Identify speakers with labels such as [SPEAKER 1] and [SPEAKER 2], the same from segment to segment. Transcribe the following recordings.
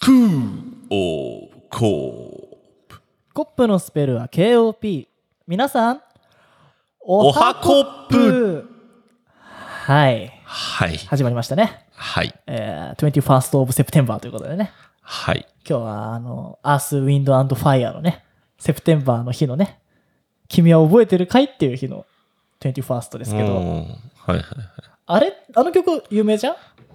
[SPEAKER 1] クーオーコ
[SPEAKER 2] コップのスペルは KOP 皆さんお
[SPEAKER 1] おはコップ
[SPEAKER 2] はい
[SPEAKER 1] はい
[SPEAKER 2] 始まりましたね、
[SPEAKER 1] はい
[SPEAKER 2] えー、21st of September ということでね
[SPEAKER 1] はい
[SPEAKER 2] 今日はあのアースウィンドアンドファイアのねセプテンバーの日のね君は覚えてるかいっていう日の 21st ですけ
[SPEAKER 1] う
[SPEAKER 2] ど
[SPEAKER 1] んはいはい
[SPEAKER 2] あれあの曲有名じゃん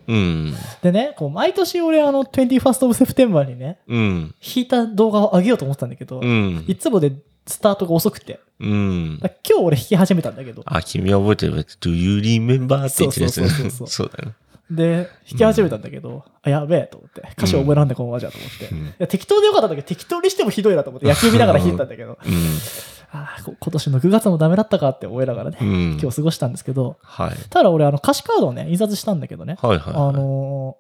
[SPEAKER 1] うん
[SPEAKER 2] でねこう毎年俺あの 21st of September にね
[SPEAKER 1] うん
[SPEAKER 2] 弾いた動画を上げようと思ってたんだけど、
[SPEAKER 1] うん
[SPEAKER 2] いつもでスタートが遅くて
[SPEAKER 1] うん
[SPEAKER 2] だから今日俺弾き始めたんだけど
[SPEAKER 1] あ君は覚えてる Do you remember? って言ってるやつね
[SPEAKER 2] そうそうそうそう
[SPEAKER 1] そうだね
[SPEAKER 2] で、弾き始めたんだけど、あ、やべえと思って、歌詞覚えらんでこのままじゃと思って、
[SPEAKER 1] うん
[SPEAKER 2] いや適当でよかったんだけど、適当にしてもひどいなと思って、野球見ながら弾いてたんだけど、
[SPEAKER 1] うん
[SPEAKER 2] あーこ今年の9月もダメだったかって思いながらね、
[SPEAKER 1] うん
[SPEAKER 2] 今日過ごしたんですけど、
[SPEAKER 1] はい
[SPEAKER 2] ただ俺、あの歌詞カードをね、印刷したんだけどね、
[SPEAKER 1] はいはいはい
[SPEAKER 2] あの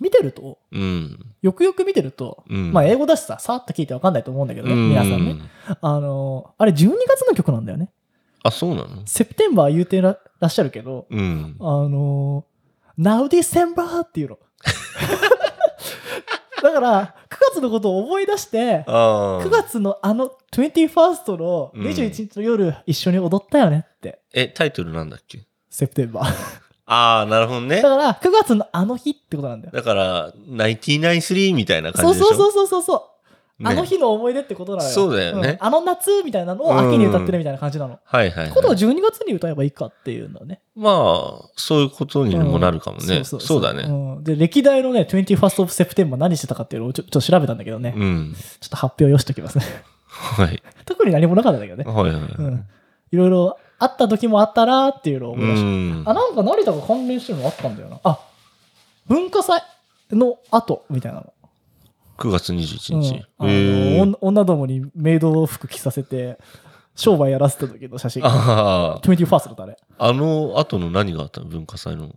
[SPEAKER 2] ー見てると、
[SPEAKER 1] うん
[SPEAKER 2] よくよく見てると、
[SPEAKER 1] うん
[SPEAKER 2] まあ、英語だしさ、さーっと聞いてわかんないと思うんだけどね、
[SPEAKER 1] うん
[SPEAKER 2] 皆さんね。あのーあれ、12月の曲なんだよね。
[SPEAKER 1] あそうなの
[SPEAKER 2] セプテンバー言うてららっしゃるけど、
[SPEAKER 1] うん
[SPEAKER 2] あのー、Now December っていうの。 だから、9月のことを思い出して、
[SPEAKER 1] あ
[SPEAKER 2] 9
[SPEAKER 1] あ
[SPEAKER 2] 月のあの 21st の21日の夜、一緒に踊ったよねって、
[SPEAKER 1] えタイトルなんだっけ
[SPEAKER 2] セプテンバー。
[SPEAKER 1] ああなるほどね
[SPEAKER 2] だから、9月のあの日ってことなんだよ。
[SPEAKER 1] だから、ナインティナインスリーみたいな感
[SPEAKER 2] そう
[SPEAKER 1] じでしょ
[SPEAKER 2] そうそううそうそうそう。
[SPEAKER 1] ね
[SPEAKER 2] あの日の思い出ってことなのよ。
[SPEAKER 1] そうだよね
[SPEAKER 2] んあの夏みたいなのを秋に歌ってるみたいな感じなの。
[SPEAKER 1] はいはい、はい。
[SPEAKER 2] ことを12月に歌えばいいかっていうのね。
[SPEAKER 1] まあ、そういうことにもなるかもね。そうだね。
[SPEAKER 2] うん。で、歴代のね、21st of September 何してたかっていうのをちょちょっと調べたんだけどね。
[SPEAKER 1] うん。
[SPEAKER 2] ちょっと発表よしときますね。
[SPEAKER 1] はい。
[SPEAKER 2] 特に何もなかったんだけどね。
[SPEAKER 1] はいはい。
[SPEAKER 2] うん。いろいろあった時もあったなーっていうのを
[SPEAKER 1] う
[SPEAKER 2] 思いました。
[SPEAKER 1] ん。
[SPEAKER 2] あ、なんか成田が関連してるのあったんだよな。あ、文化祭の後みたいなの。
[SPEAKER 1] 9月21
[SPEAKER 2] うん
[SPEAKER 1] 日。
[SPEAKER 2] あの
[SPEAKER 1] へー
[SPEAKER 2] 女女どもにメイド服着させて、商売やらせた時の写真。
[SPEAKER 1] あー
[SPEAKER 2] 21st だったあれ。
[SPEAKER 1] あの後の何があったの文化祭の。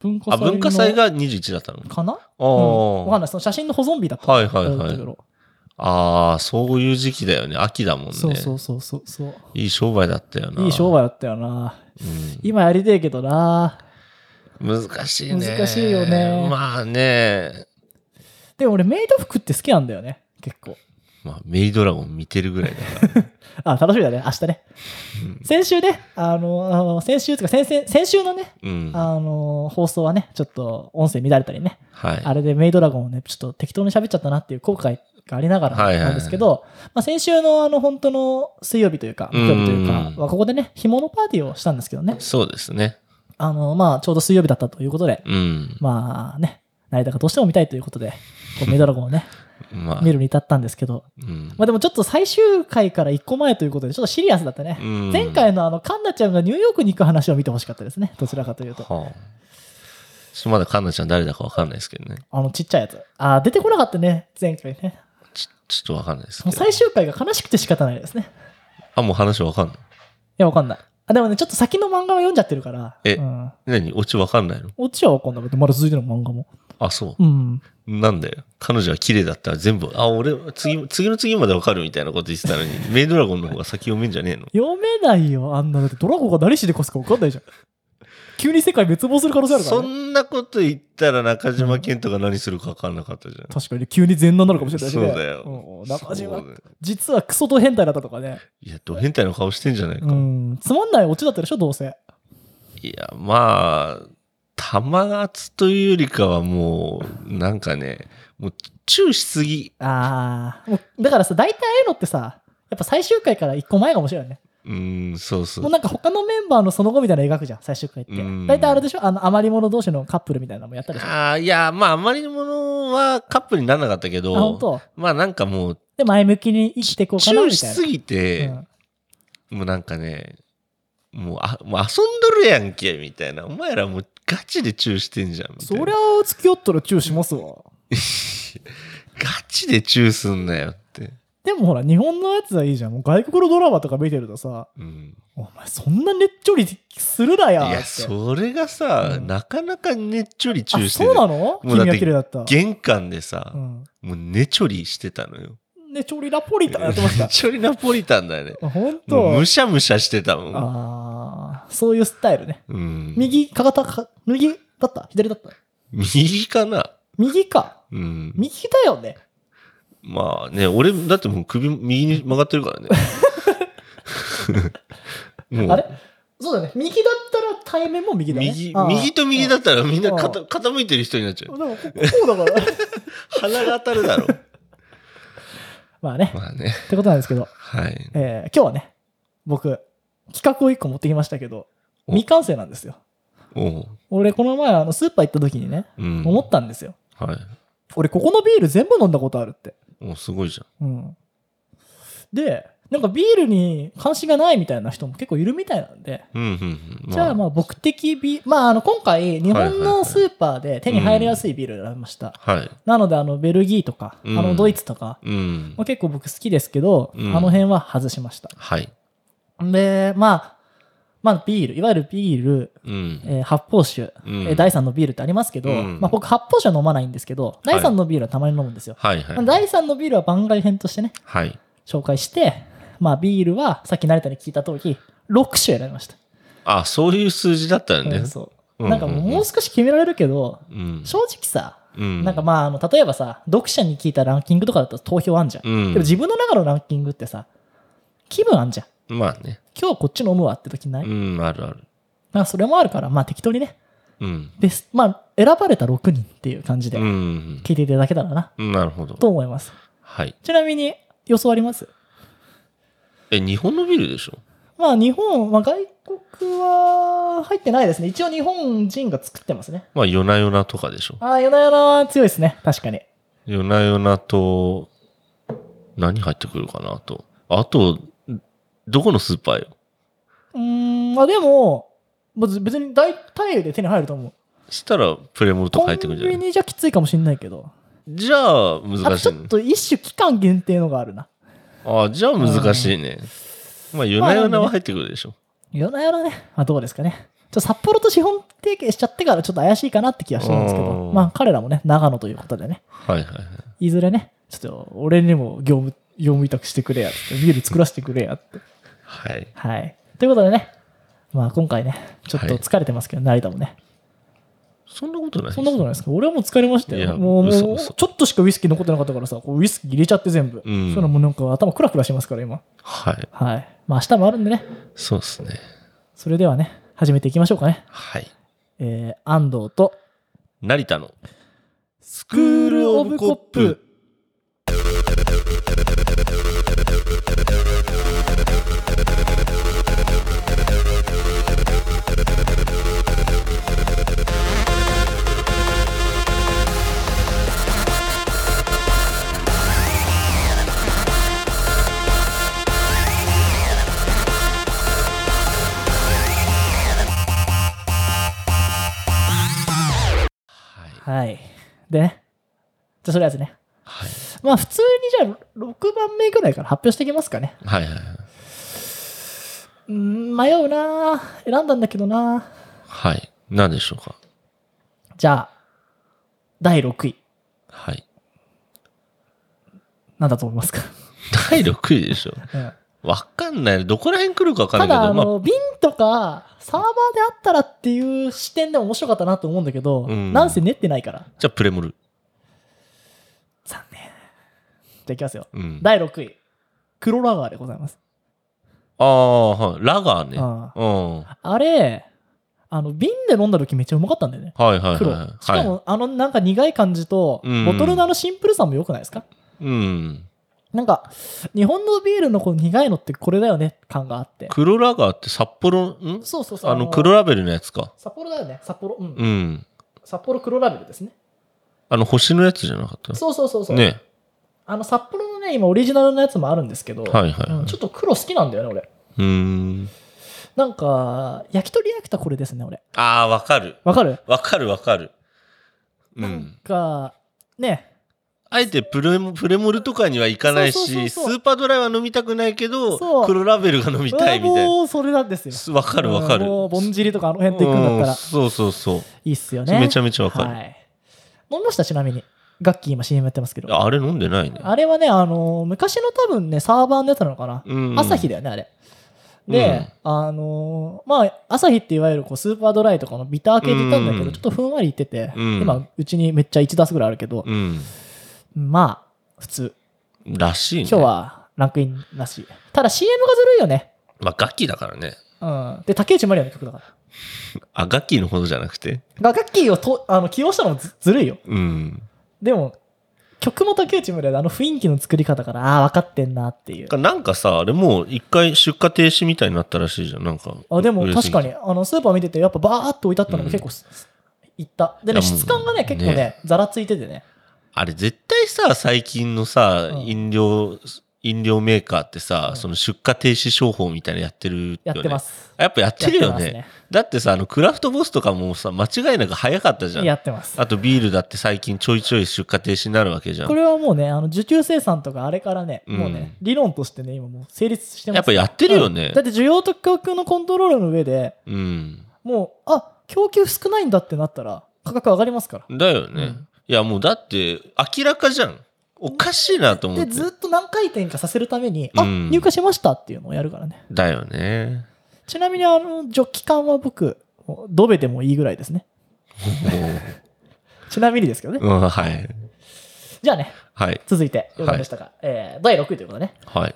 [SPEAKER 2] 文化
[SPEAKER 1] あ、
[SPEAKER 2] 祭の
[SPEAKER 1] 文化祭が21だったのか。
[SPEAKER 2] かな
[SPEAKER 1] あ
[SPEAKER 2] うんわかん
[SPEAKER 1] ー
[SPEAKER 2] ない。その写真の保存日だった。
[SPEAKER 1] はいはいはい
[SPEAKER 2] だけど
[SPEAKER 1] あー、そういう時期だよね。秋だもんね。
[SPEAKER 2] そうそうそうそうそう。
[SPEAKER 1] いい商売だったよな。
[SPEAKER 2] いい商売だったよな。
[SPEAKER 1] うん
[SPEAKER 2] 今やりてえけどな。
[SPEAKER 1] 難しいね。
[SPEAKER 2] 難しいよね
[SPEAKER 1] まあね。
[SPEAKER 2] でも俺メイド服って好きなんだよね。結構。
[SPEAKER 1] まあ、メイドラゴン見てるぐらいだから。
[SPEAKER 2] あ、楽しみだね。明日ね。先週ね、あの、あの先週とか先々、先週のね、
[SPEAKER 1] うん。
[SPEAKER 2] あの、放送はね、ちょっと音声乱れたりね、
[SPEAKER 1] はい。
[SPEAKER 2] あれでメイドラゴンをね、ちょっと適当に喋っちゃったなっていう後悔がありながら
[SPEAKER 1] はいはいはい
[SPEAKER 2] なんですけど、まあ先週のあの、本当の水曜日というか、木曜日という
[SPEAKER 1] う
[SPEAKER 2] か
[SPEAKER 1] ん、
[SPEAKER 2] はここでね、干物パーティーをしたんですけどね、
[SPEAKER 1] そうですね。
[SPEAKER 2] あの、まあちょうど水曜日だったということで、
[SPEAKER 1] うん。
[SPEAKER 2] まあね、成田がどうしても見たいということで、こうメイドラゴンをね、
[SPEAKER 1] まあ、
[SPEAKER 2] 見るに至ったんですけど、
[SPEAKER 1] うん。
[SPEAKER 2] まあでもちょっと最終回から1個前ということで、ちょっとシリアスだったね。
[SPEAKER 1] うん
[SPEAKER 2] 前回のあの、カンナちゃんがニューヨークに行く話を見てほしかったですね。どちらかというと。
[SPEAKER 1] はあ、ちょっとまだカンナちゃん誰だかわかんないですけどね。
[SPEAKER 2] あの、ちっちゃいやつ。あー出てこなかったね、前回ね。
[SPEAKER 1] ちちょっとわかんないです
[SPEAKER 2] も
[SPEAKER 1] け
[SPEAKER 2] う
[SPEAKER 1] ど。
[SPEAKER 2] 最終回が悲しくて仕方ないですね。
[SPEAKER 1] あ、もう話わかんない。
[SPEAKER 2] いや、わかんない。あ、でもね、ちょっと先の漫画は読んじゃってるから。
[SPEAKER 1] え
[SPEAKER 2] うん。
[SPEAKER 1] 何オチわかんないの
[SPEAKER 2] オチはわかんないけど、まだ続いてる漫画も。
[SPEAKER 1] あ、そ
[SPEAKER 2] うん。
[SPEAKER 1] う。なんだよ。彼女は綺麗だったら全部、あ、俺、次、次の次までわかるみたいなこと言ってたのに、 メイドラゴンの方が先読めんじゃねえの
[SPEAKER 2] 読めないよ、あんなのだって。ドラゴンが何しでかすかわかんないじゃん。急に世界滅亡する可能性あるから
[SPEAKER 1] そ
[SPEAKER 2] ね。
[SPEAKER 1] んなこと言ったら中島健人が何するかわかんなかったじゃん。
[SPEAKER 2] 確かに急に全難なのかもしれないし
[SPEAKER 1] そう
[SPEAKER 2] ね。
[SPEAKER 1] だ
[SPEAKER 2] うん
[SPEAKER 1] よ
[SPEAKER 2] う。ん中島
[SPEAKER 1] そうだよ
[SPEAKER 2] 実はクソと変態だったとかね。
[SPEAKER 1] いや、ド変態の顔してんじゃないか。
[SPEAKER 2] うん。つまんないオチだったでしょ、どうせ。
[SPEAKER 1] いや、まあ、玉圧というよりかはもう、なんかね、もう、チューしすぎ。
[SPEAKER 2] ああ。もうだからさ、大体ああいうのってさ、やっぱ最終回から一個前かもしれないね。
[SPEAKER 1] うーん、そうそ
[SPEAKER 2] もう
[SPEAKER 1] う。
[SPEAKER 2] なんか他のメンバーのその後みたいなの描くじゃん、最終回って
[SPEAKER 1] うん。
[SPEAKER 2] 大体あれでしょあの、余り者同士のカップルみたいなのもやったでしょ。
[SPEAKER 1] ああ、いや、まあ、あまりのものはカップルにならなかったけ
[SPEAKER 2] あ、本
[SPEAKER 1] ど、
[SPEAKER 2] 当。
[SPEAKER 1] まあ、なんかもう、
[SPEAKER 2] で、前向きに生きていこうか
[SPEAKER 1] チ
[SPEAKER 2] な、
[SPEAKER 1] ュー
[SPEAKER 2] みた
[SPEAKER 1] し
[SPEAKER 2] いな。
[SPEAKER 1] すぎて、
[SPEAKER 2] うん
[SPEAKER 1] もうなんかね、もうあ、もう遊んどるやんけ、みたいな。お前らもうガチでチューしてんじゃん、みたい
[SPEAKER 2] そ
[SPEAKER 1] な。
[SPEAKER 2] りゃ、付き合ったらチューしますわ。
[SPEAKER 1] ガチでチューすんなよって。
[SPEAKER 2] でもほら、日本のやつはいいじゃん。もう外国のドラマとか見てるとさ、
[SPEAKER 1] うん。
[SPEAKER 2] お前そんなねっちょりするないや。
[SPEAKER 1] や、
[SPEAKER 2] う。
[SPEAKER 1] それがさ、
[SPEAKER 2] うん
[SPEAKER 1] なかなかねっちょりチ
[SPEAKER 2] あ
[SPEAKER 1] ューして
[SPEAKER 2] そうなの
[SPEAKER 1] もうだって
[SPEAKER 2] 君は綺麗だった。
[SPEAKER 1] 玄関でさ、
[SPEAKER 2] うん。
[SPEAKER 1] もうねちょりしてたのよ。
[SPEAKER 2] ね、調理ナポリタンやってまし
[SPEAKER 1] ねちょりナポリタンだよね。
[SPEAKER 2] た。本
[SPEAKER 1] もう
[SPEAKER 2] 当
[SPEAKER 1] む。しゃむしゃしてたもん。
[SPEAKER 2] ああ、そういうスタイルね。
[SPEAKER 1] うん、
[SPEAKER 2] 右、かかた、か右だった左だった
[SPEAKER 1] 右かな
[SPEAKER 2] 右か。
[SPEAKER 1] うん。
[SPEAKER 2] 右だよね。
[SPEAKER 1] まあね、俺、だってもう首右に曲がってる からね。もう
[SPEAKER 2] あれそうだね。右だったら対面も右だね。
[SPEAKER 1] 右
[SPEAKER 2] ああ
[SPEAKER 1] 右と右だったらみんな
[SPEAKER 2] ああ
[SPEAKER 1] 傾傾いてる人になっちゃ
[SPEAKER 2] で
[SPEAKER 1] う。
[SPEAKER 2] もここう だから。
[SPEAKER 1] 鼻が当たるだ ろう。
[SPEAKER 2] まあね。
[SPEAKER 1] まあね。
[SPEAKER 2] ってことなんですけど、
[SPEAKER 1] はい。
[SPEAKER 2] えー今日はね、僕、企画を一個持ってきましたけど、
[SPEAKER 1] お
[SPEAKER 2] 未完成なんですよ。
[SPEAKER 1] おう。
[SPEAKER 2] 俺、この前、あの、スーパー行った時にね、
[SPEAKER 1] うん。
[SPEAKER 2] 思ったんですよ。
[SPEAKER 1] はい。
[SPEAKER 2] 俺、ここのビール全部飲んだことあるって。
[SPEAKER 1] おすごいじ
[SPEAKER 2] うん。で、なんかビールに関心がないみたいな人も結構いるみたいなんで、
[SPEAKER 1] ゃん。うんうんうん。
[SPEAKER 2] じゃあ、まあ、僕的ビール、まあ、あの、今回、日本のスーパーで手に入りやすいビールを選びました。
[SPEAKER 1] あ。はい。
[SPEAKER 2] なので、あの、ベルギーとか、あ
[SPEAKER 1] うん
[SPEAKER 2] の、ドイツとか、
[SPEAKER 1] うん
[SPEAKER 2] まあ。結構僕好きですけど、
[SPEAKER 1] うん
[SPEAKER 2] あの辺は外しました。
[SPEAKER 1] はい。
[SPEAKER 2] で、まあ、まあ、ビール、いわゆるビール、
[SPEAKER 1] うん。
[SPEAKER 2] えー発泡酒、
[SPEAKER 1] うん
[SPEAKER 2] えー第3のビールってありますけど、
[SPEAKER 1] うん
[SPEAKER 2] まあ、僕、発泡酒は飲まないんですけど、第3のビールはたまに飲むんですよ。
[SPEAKER 1] はいは
[SPEAKER 2] まあ
[SPEAKER 1] い。
[SPEAKER 2] 第3のビールは番外編としてね、
[SPEAKER 1] はい。
[SPEAKER 2] 紹介して、まあ、ビールはさっき成田に聞いた通り、6種選びました。
[SPEAKER 1] あ、そういう数字だったん
[SPEAKER 2] う
[SPEAKER 1] ね
[SPEAKER 2] ん。そう
[SPEAKER 1] うん
[SPEAKER 2] なんかもうもう少し決められるけど、
[SPEAKER 1] うん。
[SPEAKER 2] 正直さ、
[SPEAKER 1] うん。
[SPEAKER 2] なんかまあ、あの、例えばさ、読者に聞いたランキングとかだと投票あんじゃん。
[SPEAKER 1] うん
[SPEAKER 2] でも自分の中のランキングってさ、気分あんじゃん。
[SPEAKER 1] まあね。
[SPEAKER 2] 今日こっち飲むわって時ない、
[SPEAKER 1] うん、あるある。
[SPEAKER 2] まあそれもあるから、まあ適当にね、
[SPEAKER 1] うん。
[SPEAKER 2] ベスまあ選ばれた6人っていう感じで
[SPEAKER 1] うん。
[SPEAKER 2] 聞いていただけたらな、
[SPEAKER 1] なるほど。
[SPEAKER 2] と思います。
[SPEAKER 1] はい。
[SPEAKER 2] ちなみに予想あります
[SPEAKER 1] え、日本のビールでしょ
[SPEAKER 2] まあ日本、まあ外国は入ってないですね。一応日本人が作ってますね。
[SPEAKER 1] まあ、夜な夜なとかでしょ
[SPEAKER 2] ああ、夜な夜なは強いですね。確かに。
[SPEAKER 1] 夜な夜なと、何入ってくるかなと。あと、どこのスーパーよ
[SPEAKER 2] うーん、まあでも、まず別に大体で手に入ると思う。
[SPEAKER 1] したら、プレモルとか
[SPEAKER 2] コ
[SPEAKER 1] 入ってくる
[SPEAKER 2] ン
[SPEAKER 1] んじゃな
[SPEAKER 2] ビ
[SPEAKER 1] い
[SPEAKER 2] ニじゃきついかもしれないけど。
[SPEAKER 1] じゃあ、
[SPEAKER 2] あと
[SPEAKER 1] 難し
[SPEAKER 2] ち
[SPEAKER 1] い
[SPEAKER 2] ょっと一種期間限定のがあるな。
[SPEAKER 1] ああ、じゃあ難しいね。まあ、夜な夜なは入ってくるでしょ。
[SPEAKER 2] 夜な夜なね、まあ、どうですかね。ちょっと札幌と資本提携しちゃってからちょっと怪しいかなって気がしてるんですけど、
[SPEAKER 1] うん
[SPEAKER 2] まあ彼らもね、長野ということでね、
[SPEAKER 1] はいはいはい。
[SPEAKER 2] いずれね、ちょっと俺にも業務、業務委託してくれやって、ビール作らせてくれやって。
[SPEAKER 1] はい。
[SPEAKER 2] はい。ということでね、まあ今回ね、ちょっと疲れてますけど、成田もね。
[SPEAKER 1] そんなことない
[SPEAKER 2] そんなことないですか俺はもう疲れました
[SPEAKER 1] い
[SPEAKER 2] よ。
[SPEAKER 1] や
[SPEAKER 2] もう、もうち
[SPEAKER 1] 嘘
[SPEAKER 2] ょ
[SPEAKER 1] 嘘
[SPEAKER 2] っとしかウイスキー残ってなかったからさ、こうウイスキー入れちゃって全部。
[SPEAKER 1] うん
[SPEAKER 2] そういうのもうなんか頭クラクラしてますから、今。
[SPEAKER 1] はい。
[SPEAKER 2] はい。まあ明日もあるんでね、
[SPEAKER 1] そうですね。
[SPEAKER 2] それではね、始めていきましょうかね。
[SPEAKER 1] はい。
[SPEAKER 2] えー、安藤と、
[SPEAKER 1] 成田の
[SPEAKER 2] ス
[SPEAKER 1] スクールオブコップ。はい。
[SPEAKER 2] はい。でね。じゃあ、とりあえずね。
[SPEAKER 1] はい。
[SPEAKER 2] まあ、普通にじゃあ、6番目ぐらいから発表していきますかね。
[SPEAKER 1] はいはいはい。
[SPEAKER 2] うーん、迷うなぁ選んだんだけどなぁ
[SPEAKER 1] はい。何でしょうか
[SPEAKER 2] じゃあ、第6位。
[SPEAKER 1] はい。
[SPEAKER 2] なんだと思いま すか。
[SPEAKER 1] 第6位でしょ。
[SPEAKER 2] うん
[SPEAKER 1] わかんない。どこら辺来るかわかんな
[SPEAKER 2] た
[SPEAKER 1] いけど、
[SPEAKER 2] だ、あ
[SPEAKER 1] まあ、
[SPEAKER 2] の、瓶とか、サーバーであったらっていう視点でも面白かったなと思うんだけど、
[SPEAKER 1] うん
[SPEAKER 2] なんせ練ってないから。
[SPEAKER 1] じゃあプレモル。
[SPEAKER 2] 残念。じゃあ、いきますよ。
[SPEAKER 1] うん。あ
[SPEAKER 2] 第6位。黒ラガーでございます。
[SPEAKER 1] あー、はい。ラガーね。
[SPEAKER 2] あ
[SPEAKER 1] うん。は
[SPEAKER 2] あれ、あの、瓶で飲んだ時めっちゃうまかったんだよね。
[SPEAKER 1] いはい
[SPEAKER 2] 黒。
[SPEAKER 1] はい。
[SPEAKER 2] しかも、
[SPEAKER 1] は
[SPEAKER 2] あのなんか苦い感じと、
[SPEAKER 1] うん
[SPEAKER 2] ボトルのあのシンプルさも良くないですか
[SPEAKER 1] い、うん。
[SPEAKER 2] なんか、日本のビールのこの苦いのってこれだよね感があって。
[SPEAKER 1] 黒ラガーって札幌、ん
[SPEAKER 2] そうそうそう。
[SPEAKER 1] あの黒ラベルのやつか。
[SPEAKER 2] 札幌だよね。札幌、うん。
[SPEAKER 1] うん。
[SPEAKER 2] 札幌黒ラベルですね。
[SPEAKER 1] あの星のやつじゃなかった
[SPEAKER 2] そうそうそうそう。
[SPEAKER 1] ね。
[SPEAKER 2] あの、札幌のね、今オリジナルのやつもあるんですけど、
[SPEAKER 1] はいはいはい
[SPEAKER 2] うんちょっと黒好きなんだよね、俺。
[SPEAKER 1] うーん。
[SPEAKER 2] なんか、焼き鳥焼きたこれですね、俺。
[SPEAKER 1] ああ、わかる。
[SPEAKER 2] わかる、
[SPEAKER 1] わかるわかる。う
[SPEAKER 2] なん
[SPEAKER 1] ん。
[SPEAKER 2] か、ね、
[SPEAKER 1] あえてプレモプレモルとかには行かない
[SPEAKER 2] そうそう
[SPEAKER 1] し、ス
[SPEAKER 2] そうそう
[SPEAKER 1] ーパードライは飲みたくないけ
[SPEAKER 2] そう
[SPEAKER 1] ど、黒ラベルが飲みたいみたいな
[SPEAKER 2] もうそれなんですよ。
[SPEAKER 1] す。わかるわかる。
[SPEAKER 2] うんもう、ぼんじりとかあの辺と行くんだった
[SPEAKER 1] う
[SPEAKER 2] ら、
[SPEAKER 1] そうそうそう。
[SPEAKER 2] いいっすよね。
[SPEAKER 1] めちゃめちゃわかる
[SPEAKER 2] はい。飲みました、ちなみに。ガッキー今 CM やってますけど。
[SPEAKER 1] あれ飲んでないね。
[SPEAKER 2] あれはね、あのー昔の多分ね、サーバーのやつなのかな。
[SPEAKER 1] うん
[SPEAKER 2] 朝日だよね、あれ。で、あのーまあ、朝日っていわゆるこうスーパードライとかのビター系出たんだけど、
[SPEAKER 1] うん
[SPEAKER 2] ちょっとふんわりいってて、
[SPEAKER 1] うん
[SPEAKER 2] 今、うちにめっちゃ1ダスぐらいあるけど、
[SPEAKER 1] うん。
[SPEAKER 2] まあ、普通。
[SPEAKER 1] らしいね。
[SPEAKER 2] 今日はランクインなし。ただ CM がずるいよね。
[SPEAKER 1] まあ、ガキだからね。
[SPEAKER 2] うん。で、竹内まりやの曲だから。
[SPEAKER 1] あ、ガキのほどじゃなくて。
[SPEAKER 2] ガガッキーをとあの起用したのもずずるいよ。
[SPEAKER 1] うん。
[SPEAKER 2] でも、曲も竹内まりやであの雰囲気の作り方から、ああー、分かってんなっていう。
[SPEAKER 1] なんかさ、あれもう一回出荷停止みたいになったらしいじゃん。なんか。
[SPEAKER 2] あでも
[SPEAKER 1] 売れす
[SPEAKER 2] 確
[SPEAKER 1] ぎ
[SPEAKER 2] か
[SPEAKER 1] て
[SPEAKER 2] に。あのスーパー見ててやっぱバーっと置いてあったの
[SPEAKER 1] うん
[SPEAKER 2] が結構す、いったでね
[SPEAKER 1] いやもう
[SPEAKER 2] 質感がね結構ね
[SPEAKER 1] ね
[SPEAKER 2] ざらついててね
[SPEAKER 1] あれ絶対さ、最近のさ、
[SPEAKER 2] うん
[SPEAKER 1] 飲料、飲料メーカーってさ、
[SPEAKER 2] うん
[SPEAKER 1] その出荷停止商法みたいなのやってるよね。
[SPEAKER 2] やってます
[SPEAKER 1] あ。やっぱやってるよね。
[SPEAKER 2] やって
[SPEAKER 1] だってさ、あの、クラフトボスとかもさ、間違いなく早かったじ
[SPEAKER 2] ま
[SPEAKER 1] ゃ
[SPEAKER 2] すね
[SPEAKER 1] ん。
[SPEAKER 2] やってます
[SPEAKER 1] あとビールだって最近ちょいちょい出荷停止になるわけじゃん。
[SPEAKER 2] これはもうねあの受注生産とかあれからね、
[SPEAKER 1] うん
[SPEAKER 2] もうね理論としてね今もう成立してます
[SPEAKER 1] やっぱやってるよね
[SPEAKER 2] うんだ。って需要と供給のコントロールの上で
[SPEAKER 1] うん。
[SPEAKER 2] もうあ供給少ないんだってなったら価格上がりますから
[SPEAKER 1] だよね。
[SPEAKER 2] うん
[SPEAKER 1] いや、もうだって、明らかじゃん。おかしいなと思っ
[SPEAKER 2] で
[SPEAKER 1] て。
[SPEAKER 2] ずっと何回転かさせるために、あ
[SPEAKER 1] うん
[SPEAKER 2] 入荷しましたっていうのをやるからね
[SPEAKER 1] だよね。
[SPEAKER 2] ちなみにあのジョッキ缶は僕ドベでもいいぐらいですねちなみにですけどね。
[SPEAKER 1] うん、はい。
[SPEAKER 2] じゃあね、
[SPEAKER 1] はい。
[SPEAKER 2] 続いて、よかでしたか。えー第6位ということでね。
[SPEAKER 1] はい。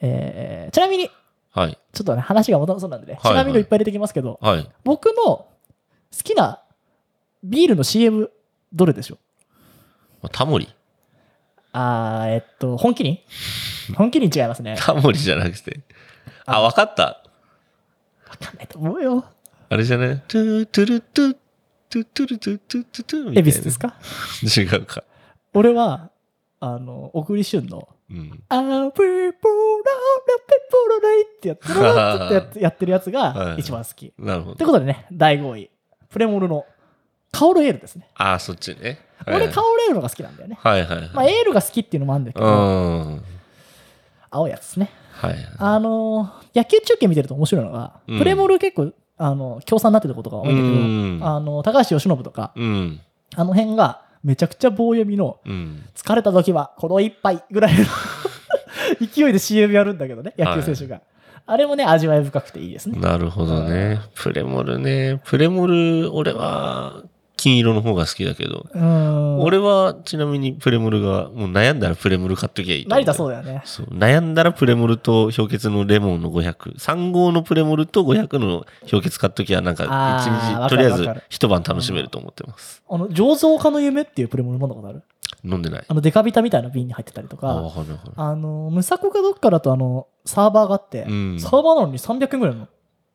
[SPEAKER 2] えーちなみに、
[SPEAKER 1] はい。
[SPEAKER 2] ちょっとね、話が元のそうなんでね、
[SPEAKER 1] はい
[SPEAKER 2] ちなみにをいっぱい出てきますけど、
[SPEAKER 1] はい。
[SPEAKER 2] 僕の好きなビールの CM、どれでしょう
[SPEAKER 1] タモリ。
[SPEAKER 2] あー、えっと、本麒麟本麒麟違います ね。
[SPEAKER 1] タモリじゃなくて。あ、わかった。
[SPEAKER 2] わかんないと思うよ。
[SPEAKER 1] あれじゃないトゥートゥルトゥトゥトゥルトゥトゥトゥトゥみたいな。
[SPEAKER 2] 恵比寿ですか
[SPEAKER 1] 違うか。
[SPEAKER 2] 俺は、あの、小栗旬の、
[SPEAKER 1] うん。
[SPEAKER 2] アープーポーラーペポロライってやってるやってやってるや つが一番好き。
[SPEAKER 1] なるほ
[SPEAKER 2] とい
[SPEAKER 1] ど
[SPEAKER 2] う。ことでね、第5位、プレモルのカオルエールですね。
[SPEAKER 1] あ、そっちね。はい
[SPEAKER 2] 俺、カオルエールのが好きなんだよね。
[SPEAKER 1] はいはい
[SPEAKER 2] まあ、
[SPEAKER 1] はい。
[SPEAKER 2] エールが好きっていうのもあるんだけ
[SPEAKER 1] う
[SPEAKER 2] ど、
[SPEAKER 1] ん。
[SPEAKER 2] 青いやつですね。
[SPEAKER 1] はい。
[SPEAKER 2] あのー、野球中継見てると面白いのが、
[SPEAKER 1] うん
[SPEAKER 2] プレモル結構、あの、協賛になってることが多いんだけど、
[SPEAKER 1] うん
[SPEAKER 2] あの、高橋由伸とか、
[SPEAKER 1] うん。
[SPEAKER 2] あの辺が、めちゃくちゃ棒読みの、
[SPEAKER 1] うん。
[SPEAKER 2] 疲れた時はこの一杯ぐら いの勢いで CM やるんだけどね、野球選手が。あれもね、味わい深くていいですね。
[SPEAKER 1] なるほどね。プレモルね。プレモル、俺は、金色の方が好きだけど。
[SPEAKER 2] うーん。
[SPEAKER 1] 俺は、ちなみにプレモルが、もう悩んだらプレモル買っときゃいいと思って。
[SPEAKER 2] 成田そうだよね。
[SPEAKER 1] そう悩んだらプレモルと氷結のレモンの500。3号のプレモルと500の氷結買っときは、なんか
[SPEAKER 2] あ
[SPEAKER 1] 一
[SPEAKER 2] ー
[SPEAKER 1] 日、
[SPEAKER 2] わ
[SPEAKER 1] と
[SPEAKER 2] か
[SPEAKER 1] りあ
[SPEAKER 2] るわ
[SPEAKER 1] え
[SPEAKER 2] かる
[SPEAKER 1] ず一晩楽しめると思ってます。
[SPEAKER 2] あの、醸造家の夢っていうプレモル飲んだことある
[SPEAKER 1] 飲んでない
[SPEAKER 2] あ。の、デカビタみたいな瓶に入ってたりと
[SPEAKER 1] あ、
[SPEAKER 2] か
[SPEAKER 1] わ、かるわかる。
[SPEAKER 2] あの、ムサコがどっかだとあの、サーバーがあって、
[SPEAKER 1] うん
[SPEAKER 2] サーバーなのに300円ぐらいなの。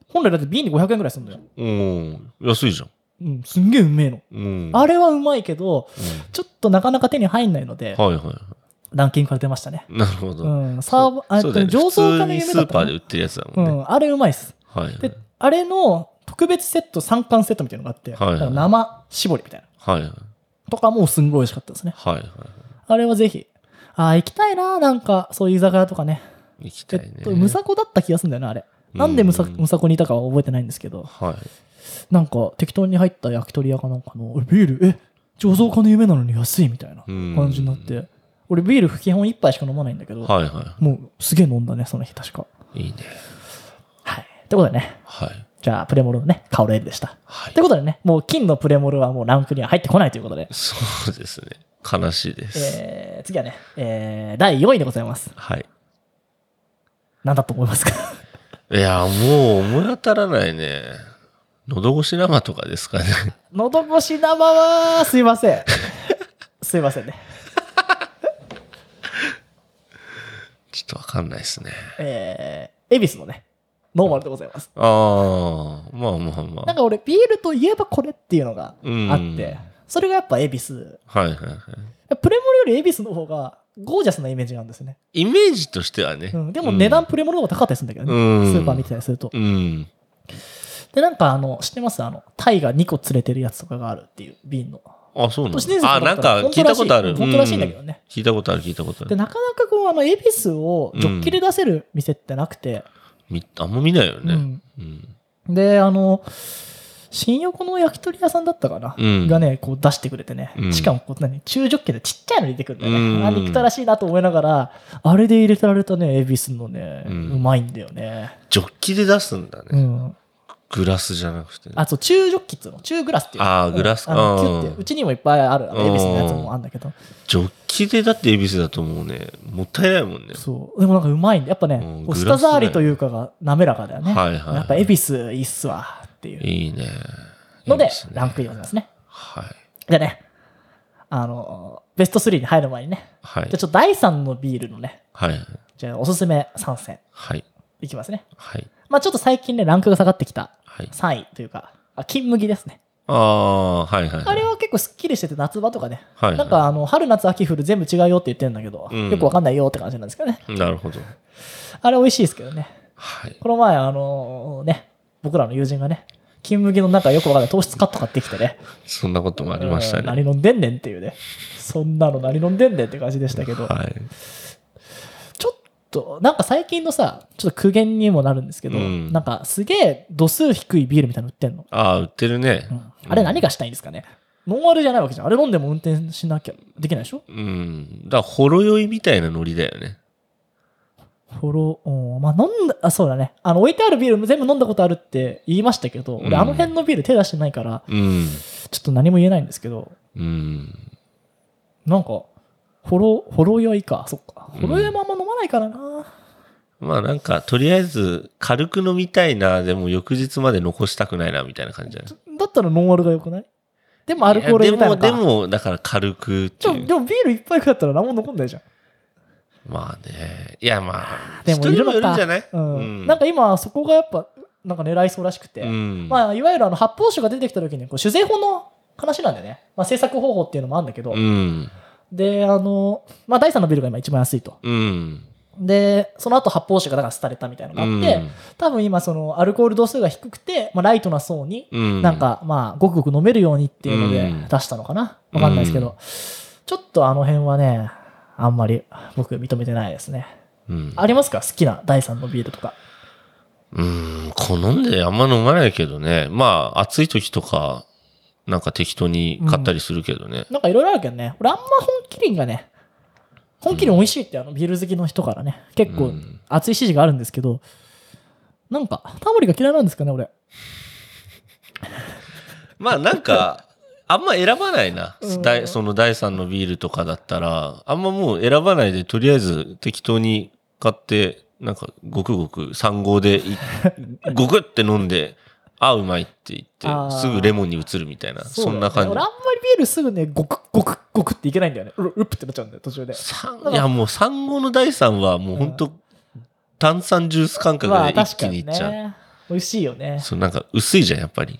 [SPEAKER 2] 本来だって瓶に500円ぐらいするんだよ。
[SPEAKER 1] うん。安いじゃん。
[SPEAKER 2] うん、すんげえうめえの。
[SPEAKER 1] うん。
[SPEAKER 2] あれはうまいけど、
[SPEAKER 1] う
[SPEAKER 2] ちょっとなかなか手に入んないの
[SPEAKER 1] ん
[SPEAKER 2] で、
[SPEAKER 1] はいはい。
[SPEAKER 2] ランキングから出ましたね。
[SPEAKER 1] なるほ
[SPEAKER 2] う
[SPEAKER 1] ど。
[SPEAKER 2] ん、サーバー、あ
[SPEAKER 1] そうだよね。
[SPEAKER 2] 醸
[SPEAKER 1] 普
[SPEAKER 2] 造家
[SPEAKER 1] 通
[SPEAKER 2] の
[SPEAKER 1] に
[SPEAKER 2] 夢
[SPEAKER 1] ス
[SPEAKER 2] だ
[SPEAKER 1] ー
[SPEAKER 2] っ
[SPEAKER 1] パ
[SPEAKER 2] た
[SPEAKER 1] ー
[SPEAKER 2] か
[SPEAKER 1] で売ってるやつだも
[SPEAKER 2] なん
[SPEAKER 1] ね。
[SPEAKER 2] うん、あれうまいっす。
[SPEAKER 1] はいはい。
[SPEAKER 2] で、あれの特別セット3缶セットみたいなのがあって、
[SPEAKER 1] はいはい
[SPEAKER 2] なんか生絞りみたいな。
[SPEAKER 1] はいはい。
[SPEAKER 2] とかもすんごい美味しかったですね。
[SPEAKER 1] はいはい。
[SPEAKER 2] あれはぜひ。ああ、行きたいな、なんか、そういう居酒屋とかね。
[SPEAKER 1] 行き
[SPEAKER 2] え
[SPEAKER 1] たいね。
[SPEAKER 2] っと、ムサコだった気がするんだよな、あれ。なんでムサ
[SPEAKER 1] うん
[SPEAKER 2] ムサコにいたかは覚えてないんですけど、
[SPEAKER 1] はい。
[SPEAKER 2] なんか適当に入った焼き鳥屋かなんかの、俺ビール、え醸造家の夢なのに安いみたいな
[SPEAKER 1] うん
[SPEAKER 2] 感じになって、俺ビール基本1杯しか飲まないんだけど、
[SPEAKER 1] はいは
[SPEAKER 2] もうすげえ飲んだね、その日確か。
[SPEAKER 1] い。いいね。
[SPEAKER 2] はい。ってことでね、
[SPEAKER 1] はい。
[SPEAKER 2] じゃあプレモルのね、カオレールでした。
[SPEAKER 1] はい
[SPEAKER 2] って。ことでね、もう金のプレモルはもうランクには入ってこないということで、
[SPEAKER 1] そうですね。悲しいです。
[SPEAKER 2] えー、次はね、えー、第4位でございます。
[SPEAKER 1] はい。
[SPEAKER 2] 何だと思いますか
[SPEAKER 1] いや、もう思い当たらないね。喉越し生とかですかね。
[SPEAKER 2] 喉越し生は、すいません。すいませんね。
[SPEAKER 1] ちょっとわかんないですね。
[SPEAKER 2] えー、恵比寿のね、ノーマルでございます。
[SPEAKER 1] ああ、まあまあま
[SPEAKER 2] なん
[SPEAKER 1] あ。
[SPEAKER 2] か俺、ビールといえばこれっていうのが
[SPEAKER 1] うん
[SPEAKER 2] あって、それがやっぱ恵比寿。
[SPEAKER 1] はいはいはい。
[SPEAKER 2] プレモルより恵比寿の方がゴージャスなイメージなんですよね。
[SPEAKER 1] イメージとしてはね。
[SPEAKER 2] うん、でも値段プレモルの方が高かったりするんだけどね、
[SPEAKER 1] うん
[SPEAKER 2] スーパー見てたりすると。
[SPEAKER 1] うん。
[SPEAKER 2] で、なんかあの、知ってますあの、タイが2個連れてるやつとかがあるっていう瓶の。
[SPEAKER 1] あ、そうなん
[SPEAKER 2] 都市
[SPEAKER 1] だ
[SPEAKER 2] 伝説
[SPEAKER 1] あ、
[SPEAKER 2] だ
[SPEAKER 1] な
[SPEAKER 2] っ
[SPEAKER 1] ん
[SPEAKER 2] たら
[SPEAKER 1] か聞いたことある。
[SPEAKER 2] 本当らしいんだけど
[SPEAKER 1] うん
[SPEAKER 2] ね。
[SPEAKER 1] 聞いたことある、聞いたことあ
[SPEAKER 2] で、
[SPEAKER 1] る。
[SPEAKER 2] なかなかこう、あの、恵比寿をジョッキで出せる店ってなくて、
[SPEAKER 1] みあんま見ないよ
[SPEAKER 2] う
[SPEAKER 1] ね。
[SPEAKER 2] ん
[SPEAKER 1] うん。
[SPEAKER 2] で、あの、新横の焼き鳥屋さんだったかな、
[SPEAKER 1] うん
[SPEAKER 2] がね、こう出してくれてね、
[SPEAKER 1] うん
[SPEAKER 2] しかもこう何中ジョッキでちっちゃいのに出てくるんだよね、
[SPEAKER 1] うん
[SPEAKER 2] あ憎たらしいなと思いながら、あれで入れられたね、恵比寿のね、う
[SPEAKER 1] うん
[SPEAKER 2] まいんだよね。
[SPEAKER 1] ジョッキで出すんだ
[SPEAKER 2] う
[SPEAKER 1] ね。
[SPEAKER 2] ん、
[SPEAKER 1] グラスじゃなくてね。
[SPEAKER 2] あそう中ジョッキっつうの中グラスっていうの
[SPEAKER 1] あーグラス
[SPEAKER 2] うんあ
[SPEAKER 1] う
[SPEAKER 2] の
[SPEAKER 1] ん
[SPEAKER 2] キュッてうちにもいっぱいあるあの
[SPEAKER 1] うん
[SPEAKER 2] 恵比寿のやつもあるんだけど
[SPEAKER 1] ジョッキでだって恵比寿だともうね、もったいないもんね。
[SPEAKER 2] そうでもなんかうまいんでやっぱね
[SPEAKER 1] うん
[SPEAKER 2] こう
[SPEAKER 1] グ
[SPEAKER 2] 舌
[SPEAKER 1] ラスだよ
[SPEAKER 2] 触りというかが滑らかだよね
[SPEAKER 1] はいはいはい
[SPEAKER 2] やっぱ恵比寿いいっすわっていう
[SPEAKER 1] いいね。
[SPEAKER 2] の
[SPEAKER 1] いい
[SPEAKER 2] です
[SPEAKER 1] ね
[SPEAKER 2] ランクインをしますね
[SPEAKER 1] はい。
[SPEAKER 2] じゃあねあのベスト3に入る前にね
[SPEAKER 1] は
[SPEAKER 2] じ
[SPEAKER 1] い
[SPEAKER 2] ゃあ。ちょっと第3のビールのね
[SPEAKER 1] はい。
[SPEAKER 2] じゃあおすすめ3選
[SPEAKER 1] はい。
[SPEAKER 2] いきますね
[SPEAKER 1] はい。
[SPEAKER 2] まあちょっと最近ねランクが下がってきた
[SPEAKER 1] はい。
[SPEAKER 2] 3位というかあ金麦ですね
[SPEAKER 1] ああ、はいはい。
[SPEAKER 2] あれは結構すっきりしてて夏場とかね、
[SPEAKER 1] はい
[SPEAKER 2] なんかあの春夏秋冬全部違うよって言ってるんだけど、
[SPEAKER 1] うん
[SPEAKER 2] よくわかんないよって感じなんですけどね
[SPEAKER 1] なるほど。
[SPEAKER 2] あれ美味しいですけどね
[SPEAKER 1] はい。
[SPEAKER 2] この前あのね僕らの友人がね金麦のなんかよくわかんない糖質カット買ってきてね
[SPEAKER 1] そんなこともありました
[SPEAKER 2] うん
[SPEAKER 1] ね。
[SPEAKER 2] 何飲んでんねんっていうねそんなの何飲んでんねんって感じでしたけど、
[SPEAKER 1] はい。
[SPEAKER 2] ちょっとなんか最近のさちょっと苦言にもなるんですけど、
[SPEAKER 1] うん
[SPEAKER 2] なんかすげえ度数低いビールみたいなの売ってんの、
[SPEAKER 1] ああ、売ってるね
[SPEAKER 2] う。んあれ何がしたいんですかねノンアルじゃないわけじゃんあれ飲んでも運転しなきゃできないでしょ
[SPEAKER 1] うん。だから、ほろ酔いみたいなノリだよね。
[SPEAKER 2] フォロー、うんまあ飲んだ、あ、そうだね。あの、置いてあるビールも全部飲んだことあるって言いましたけど、
[SPEAKER 1] うん
[SPEAKER 2] 俺あの辺のビール手出してないから、
[SPEAKER 1] うん。
[SPEAKER 2] ちょっと何も言えないんですけど、
[SPEAKER 1] うん。
[SPEAKER 2] なんか、フォロー、フォロー酔いか、そっか。
[SPEAKER 1] ん
[SPEAKER 2] フォロー酔いもあんま飲まないからな。
[SPEAKER 1] まあなんか、とりあえず、軽く飲みたいな、でも翌日まで残したくないな、みたいな感じじゃない
[SPEAKER 2] だったらノンアルが良くないでもアルコール
[SPEAKER 1] いや
[SPEAKER 2] 入れたいのか
[SPEAKER 1] でも、でも、だから軽くって
[SPEAKER 2] ちょ、
[SPEAKER 1] いう
[SPEAKER 2] でもビール一杯くらいだったら何も残んないじゃん。
[SPEAKER 1] まあね。いや、まあ、
[SPEAKER 2] でも
[SPEAKER 1] 人にもよるんじゃない
[SPEAKER 2] うん。なんか今、そこがやっぱ、なんか狙いそうらしくて。
[SPEAKER 1] うん。あ、
[SPEAKER 2] まあ、いわゆるあの発泡酒が出てきた時にこう酒税法の話なんだよね、まあ、制作方法っていうのもあるんだけど、
[SPEAKER 1] うん。
[SPEAKER 2] で、あの、まあ、第3のビルが今一番安いと。
[SPEAKER 1] うん。
[SPEAKER 2] で、その後発泡酒がだから廃れたみたいなのがあって、
[SPEAKER 1] うん
[SPEAKER 2] 多分今そのアルコール度数が低くて、まあ、ライトな層に、
[SPEAKER 1] うん。
[SPEAKER 2] なん、かまあ、ごくごく飲めるようにっていうの
[SPEAKER 1] うん
[SPEAKER 2] で出したのかなわかんないですけど、ちょっとあの辺はね、あんまり僕認めてないですね。
[SPEAKER 1] うん。
[SPEAKER 2] ありますか好きな第3のビールとか。
[SPEAKER 1] うん、好んであんま飲まないけどね。まあ、暑い時とか、なんか適当に買ったりするけどね。
[SPEAKER 2] なんかいろいろあるけどね、俺あんま本麒麟がね、本麒麟美味しいってあのビール好きの人からね、結
[SPEAKER 1] う
[SPEAKER 2] 構
[SPEAKER 1] ん
[SPEAKER 2] 熱い支持があるんですけど、なんかタモリが嫌いなんですかね、俺。
[SPEAKER 1] まあ、なんか、あんま選ばないな。
[SPEAKER 2] うん
[SPEAKER 1] だいその第三のビールとかだったら、あんまもう選ばないで、とりあえず適当に買って、なんか、ごくごく3合で い、ごくって飲んで、あ、うまいって言
[SPEAKER 2] あ
[SPEAKER 1] っ
[SPEAKER 2] ー
[SPEAKER 1] て、すぐレモンに移るみたいな、そ,、
[SPEAKER 2] うだよ
[SPEAKER 1] ん
[SPEAKER 2] ね
[SPEAKER 1] な感じ
[SPEAKER 2] 俺あん。まりビールすぐね、ごくごくごくっていけないんだよね。うるうるっってなっちゃうんだよ、途中で。
[SPEAKER 1] 三いや、もう3合の第三は、もう本当炭酸ジュース感覚
[SPEAKER 2] まあ
[SPEAKER 1] で一
[SPEAKER 2] 確
[SPEAKER 1] 気
[SPEAKER 2] か
[SPEAKER 1] にい
[SPEAKER 2] に
[SPEAKER 1] っちゃう。
[SPEAKER 2] ね。美味しいよね。
[SPEAKER 1] そう、なんか薄いじゃん、やっぱり。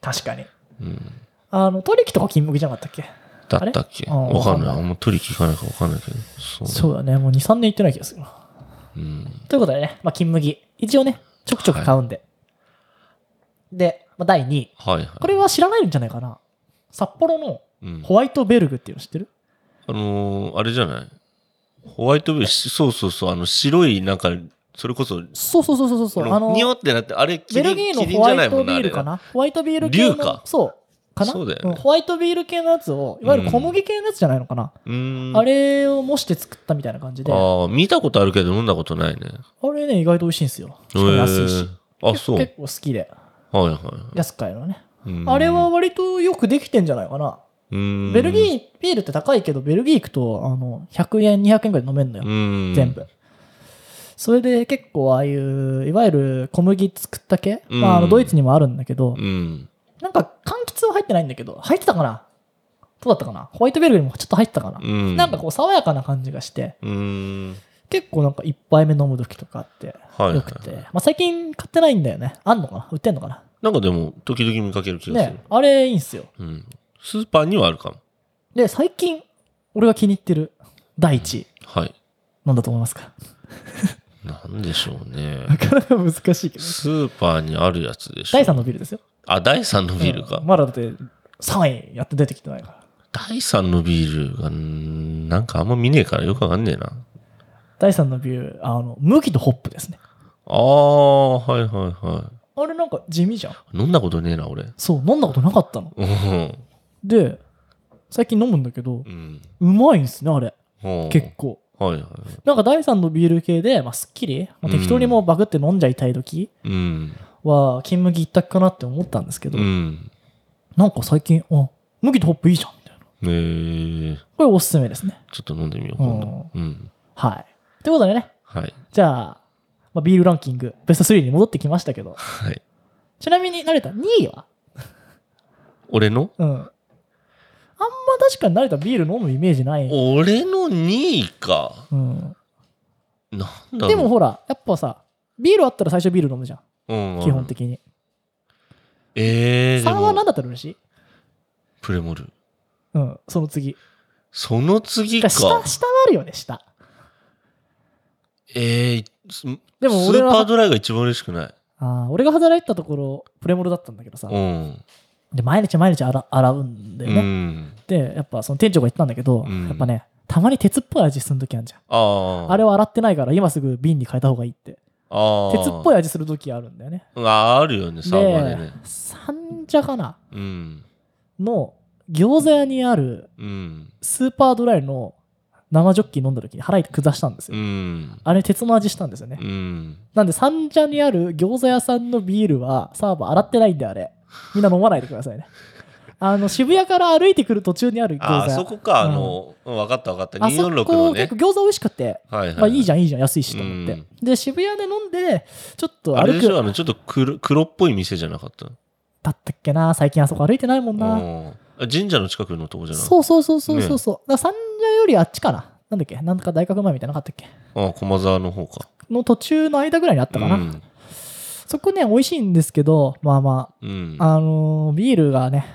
[SPEAKER 2] 確かに。
[SPEAKER 1] うん。
[SPEAKER 2] あの、トリキとか金麦じゃなかったっけ
[SPEAKER 1] だったっけ
[SPEAKER 2] あれうん
[SPEAKER 1] わかんない。
[SPEAKER 2] わかん
[SPEAKER 1] あ
[SPEAKER 2] ない
[SPEAKER 1] んま取り聞かないからわかんないけど。そう。
[SPEAKER 2] そうだね、もう2、3年行ってない気がするな。
[SPEAKER 1] うん。
[SPEAKER 2] ということでね、まあ金麦。一応ね、ちょくちょく買うんで。で、まあ、第2位。
[SPEAKER 1] はいはい。
[SPEAKER 2] これは知らないんじゃないかな。札幌の
[SPEAKER 1] うん、
[SPEAKER 2] ホワイトベルグっていうの知ってる
[SPEAKER 1] あのーあれじゃないホワイトビール、しそうそうそう、あの、白い、なんか、それこそ、
[SPEAKER 2] そうそうそうそうそう。あの
[SPEAKER 1] に、おってなって、あれ、キ
[SPEAKER 2] ベ
[SPEAKER 1] リ
[SPEAKER 2] ル
[SPEAKER 1] ン、キ
[SPEAKER 2] ギーの
[SPEAKER 1] リ
[SPEAKER 2] ホ
[SPEAKER 1] ンじゃ
[SPEAKER 2] ワ
[SPEAKER 1] ない
[SPEAKER 2] イト
[SPEAKER 1] もんな、
[SPEAKER 2] ビ
[SPEAKER 1] あ
[SPEAKER 2] ー
[SPEAKER 1] れ
[SPEAKER 2] ルか
[SPEAKER 1] な。
[SPEAKER 2] なホワイトビール系
[SPEAKER 1] 竜か
[SPEAKER 2] の、そう、かな
[SPEAKER 1] そうだよね
[SPEAKER 2] んホワイトビール系のやつを、いわゆる小麦系のやつじゃないのかな、
[SPEAKER 1] うーん。
[SPEAKER 2] あれを模して作ったみたいな感じで、あ
[SPEAKER 1] ああ、見たことあるけど飲んだことないね。
[SPEAKER 2] れね、意外と美味しいんですよ。し
[SPEAKER 1] へ
[SPEAKER 2] かも安いし
[SPEAKER 1] ー。あ、そう。はい
[SPEAKER 2] 結構好きで、
[SPEAKER 1] はい
[SPEAKER 2] 安く買えるのね。。
[SPEAKER 1] うん
[SPEAKER 2] あれは、割とよくできてんじゃないかな。ベ
[SPEAKER 1] ベ
[SPEAKER 2] ルギー、ビールって高いけど、ベルギー行くと、あの、100円、200円ぐらいで飲めるのよ。
[SPEAKER 1] ー、うん。
[SPEAKER 2] 全部。それで結構ああいういわゆる小麦作った系、
[SPEAKER 1] うん
[SPEAKER 2] まあ、あのドイツにもあるんだけど、
[SPEAKER 1] うん。
[SPEAKER 2] なんか柑橘は入ってないんだけど入ってたかなどうだったかなホワイトベルグにもちょっと入ってたかな、
[SPEAKER 1] うん。
[SPEAKER 2] なんかこう爽やかな感じがして
[SPEAKER 1] うーん。
[SPEAKER 2] 結構なんか1杯目飲む時とかあって
[SPEAKER 1] はいはい
[SPEAKER 2] よくて、まあ、最近買ってないんだよねあんのかな売ってんのかな
[SPEAKER 1] なんかでも、時々見かける気がする
[SPEAKER 2] ね。あれいいんすよ
[SPEAKER 1] うん。スーパーにはあるかも。
[SPEAKER 2] で最近俺が気に入ってる第一位
[SPEAKER 1] はい。
[SPEAKER 2] なんだと思いますか
[SPEAKER 1] なんでしょう ね。
[SPEAKER 2] なかなか難しいけど
[SPEAKER 1] スーパーにあるやつでしょ。
[SPEAKER 2] 第3のビールですよ
[SPEAKER 1] あ、第三のビールか。
[SPEAKER 2] うんまだだって3位やって出てきてないから
[SPEAKER 1] 第三のビールが、んーなんかあんま見ねえからよくわかんねえな。
[SPEAKER 2] 第3のビューあの麦とホップですね
[SPEAKER 1] ああ、はいはいは
[SPEAKER 2] あれなんか地味じゃん。
[SPEAKER 1] 飲んだことねえな、俺。
[SPEAKER 2] そう、飲んだことなかったの。
[SPEAKER 1] うん。
[SPEAKER 2] で、最近飲むんだけど
[SPEAKER 1] う、ん。
[SPEAKER 2] うまいんすね、あれ。
[SPEAKER 1] うん
[SPEAKER 2] 結構。
[SPEAKER 1] はいはい。
[SPEAKER 2] なんか第3のビール系で、まあ、すっきり、まあ、適当にもうバクって飲んじゃいたい時
[SPEAKER 1] うん。
[SPEAKER 2] は、金麦一択かなって思ったんですけど、
[SPEAKER 1] うん。
[SPEAKER 2] なんか最近、あ、麦とホップいいじゃん、みたいな。
[SPEAKER 1] えー、
[SPEAKER 2] これおすすめですね。
[SPEAKER 1] ちょっと飲んでみよう、今度。うん。
[SPEAKER 2] はい。ということでね、
[SPEAKER 1] はい。
[SPEAKER 2] じゃあ、まあ、ビールランキング、ベスト3に戻ってきましたけど、
[SPEAKER 1] はい。
[SPEAKER 2] ちなみに、慣れた2位は
[SPEAKER 1] 俺の
[SPEAKER 2] うん。あんま確かに慣れたビール飲むイメージない。
[SPEAKER 1] 俺の2位か。
[SPEAKER 2] うん、
[SPEAKER 1] なんだろう。
[SPEAKER 2] でも、ほら、やっぱさ、ビールあったら最初ビール飲むじゃん、
[SPEAKER 1] うん、
[SPEAKER 2] 基本。的に。
[SPEAKER 1] えー、で
[SPEAKER 2] 3は
[SPEAKER 1] も
[SPEAKER 2] 何だったら嬉しい
[SPEAKER 1] プレモル。
[SPEAKER 2] うん、その次。
[SPEAKER 1] その次か。
[SPEAKER 2] 下、下はあるよね、下。
[SPEAKER 1] えー、す
[SPEAKER 2] でも俺は
[SPEAKER 1] スーパードライが一番嬉しくない。
[SPEAKER 2] あー俺が働いてたところ、プレモルだったんだけどさ、
[SPEAKER 1] うん。
[SPEAKER 2] で毎日毎日洗洗うんだよ
[SPEAKER 1] う
[SPEAKER 2] ね。
[SPEAKER 1] ん。
[SPEAKER 2] で、やっぱその店長が言ってたんだけど、
[SPEAKER 1] うん
[SPEAKER 2] やっぱね、たまに鉄っぽい味するときあるじゃん。
[SPEAKER 1] ああ。
[SPEAKER 2] あれは洗ってないから、今すぐ瓶に変えた方がいいって。
[SPEAKER 1] あ
[SPEAKER 2] 鉄っぽ
[SPEAKER 1] い。
[SPEAKER 2] い味するときあるんだよね。
[SPEAKER 1] あーあるよね、サーバーでね。
[SPEAKER 2] 三茶かな
[SPEAKER 1] うん。
[SPEAKER 2] の餃子屋にある
[SPEAKER 1] うん。
[SPEAKER 2] スーパードライの生ジョッキ飲んだ時に腹下したんです
[SPEAKER 1] う
[SPEAKER 2] よ。
[SPEAKER 1] ん。
[SPEAKER 2] あれ鉄の味したんですよね。
[SPEAKER 1] うん。
[SPEAKER 2] なんで三茶にある餃子屋さんのビールはサーバー洗ってないんであれ。みんな飲まないでくださ いね。あの渋谷から歩いてくる途中にある餃子
[SPEAKER 1] あ
[SPEAKER 2] 屋。
[SPEAKER 1] あ、そこか、あの、うん、分かった分かった。
[SPEAKER 2] あそ
[SPEAKER 1] 246
[SPEAKER 2] こ
[SPEAKER 1] の
[SPEAKER 2] 結
[SPEAKER 1] ね
[SPEAKER 2] 構。餃子美味しくて、
[SPEAKER 1] はいはい。
[SPEAKER 2] まあいいじゃんいいじゃん安いしと思って。
[SPEAKER 1] うん
[SPEAKER 2] で渋谷で飲んでちょっと
[SPEAKER 1] あれ
[SPEAKER 2] 歩
[SPEAKER 1] でしょ
[SPEAKER 2] く
[SPEAKER 1] あの、ちょっと黒黒っぽい店じゃなかった。
[SPEAKER 2] だったっけな最近あそこ歩いてないもんな。
[SPEAKER 1] うん神社の近くのとこじゃない
[SPEAKER 2] そうそうそうそうそうそう。だから三茶よりあっちかな。なんだっけなんか大学前みたいなのなかったっけ
[SPEAKER 1] ああ、駒沢の方か。
[SPEAKER 2] の途中の間ぐらいにあったかな。
[SPEAKER 1] うん。
[SPEAKER 2] そこね、美味しいんですけど、まあま
[SPEAKER 1] うん。
[SPEAKER 2] あ、あのービールがね、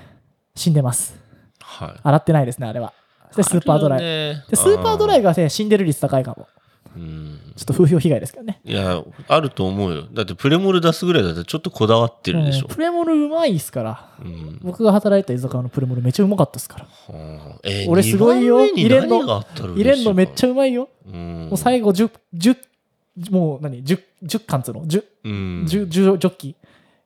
[SPEAKER 2] 死んでます。
[SPEAKER 1] はい。
[SPEAKER 2] 洗ってないですね、あれは。で、スーパードライ。
[SPEAKER 1] イ
[SPEAKER 2] で、スーパードライ
[SPEAKER 1] が。
[SPEAKER 2] がね、死んでる率高いかも。
[SPEAKER 1] うん。
[SPEAKER 2] ちょっと風評被害ですけどね。
[SPEAKER 1] いや、あると思うよ。だってプレモル出すぐらいだってちょっとこだわってるでしょ
[SPEAKER 2] うん。プレモルうまいっすから。
[SPEAKER 1] うん。
[SPEAKER 2] 僕が働いた居酒屋のプレモルめっちゃうまかったっすから。
[SPEAKER 1] はあえー
[SPEAKER 2] 俺すごいよ
[SPEAKER 1] 二番目に何
[SPEAKER 2] 入れんの
[SPEAKER 1] があったら嬉し
[SPEAKER 2] 入
[SPEAKER 1] い
[SPEAKER 2] れんのめっち
[SPEAKER 1] ゃ、
[SPEAKER 2] ゃうまいよ。
[SPEAKER 1] うん、
[SPEAKER 2] もう最後10、10、もう何 ?10、10缶っつうの ?10、
[SPEAKER 1] うん、
[SPEAKER 2] 10、10ジョッキ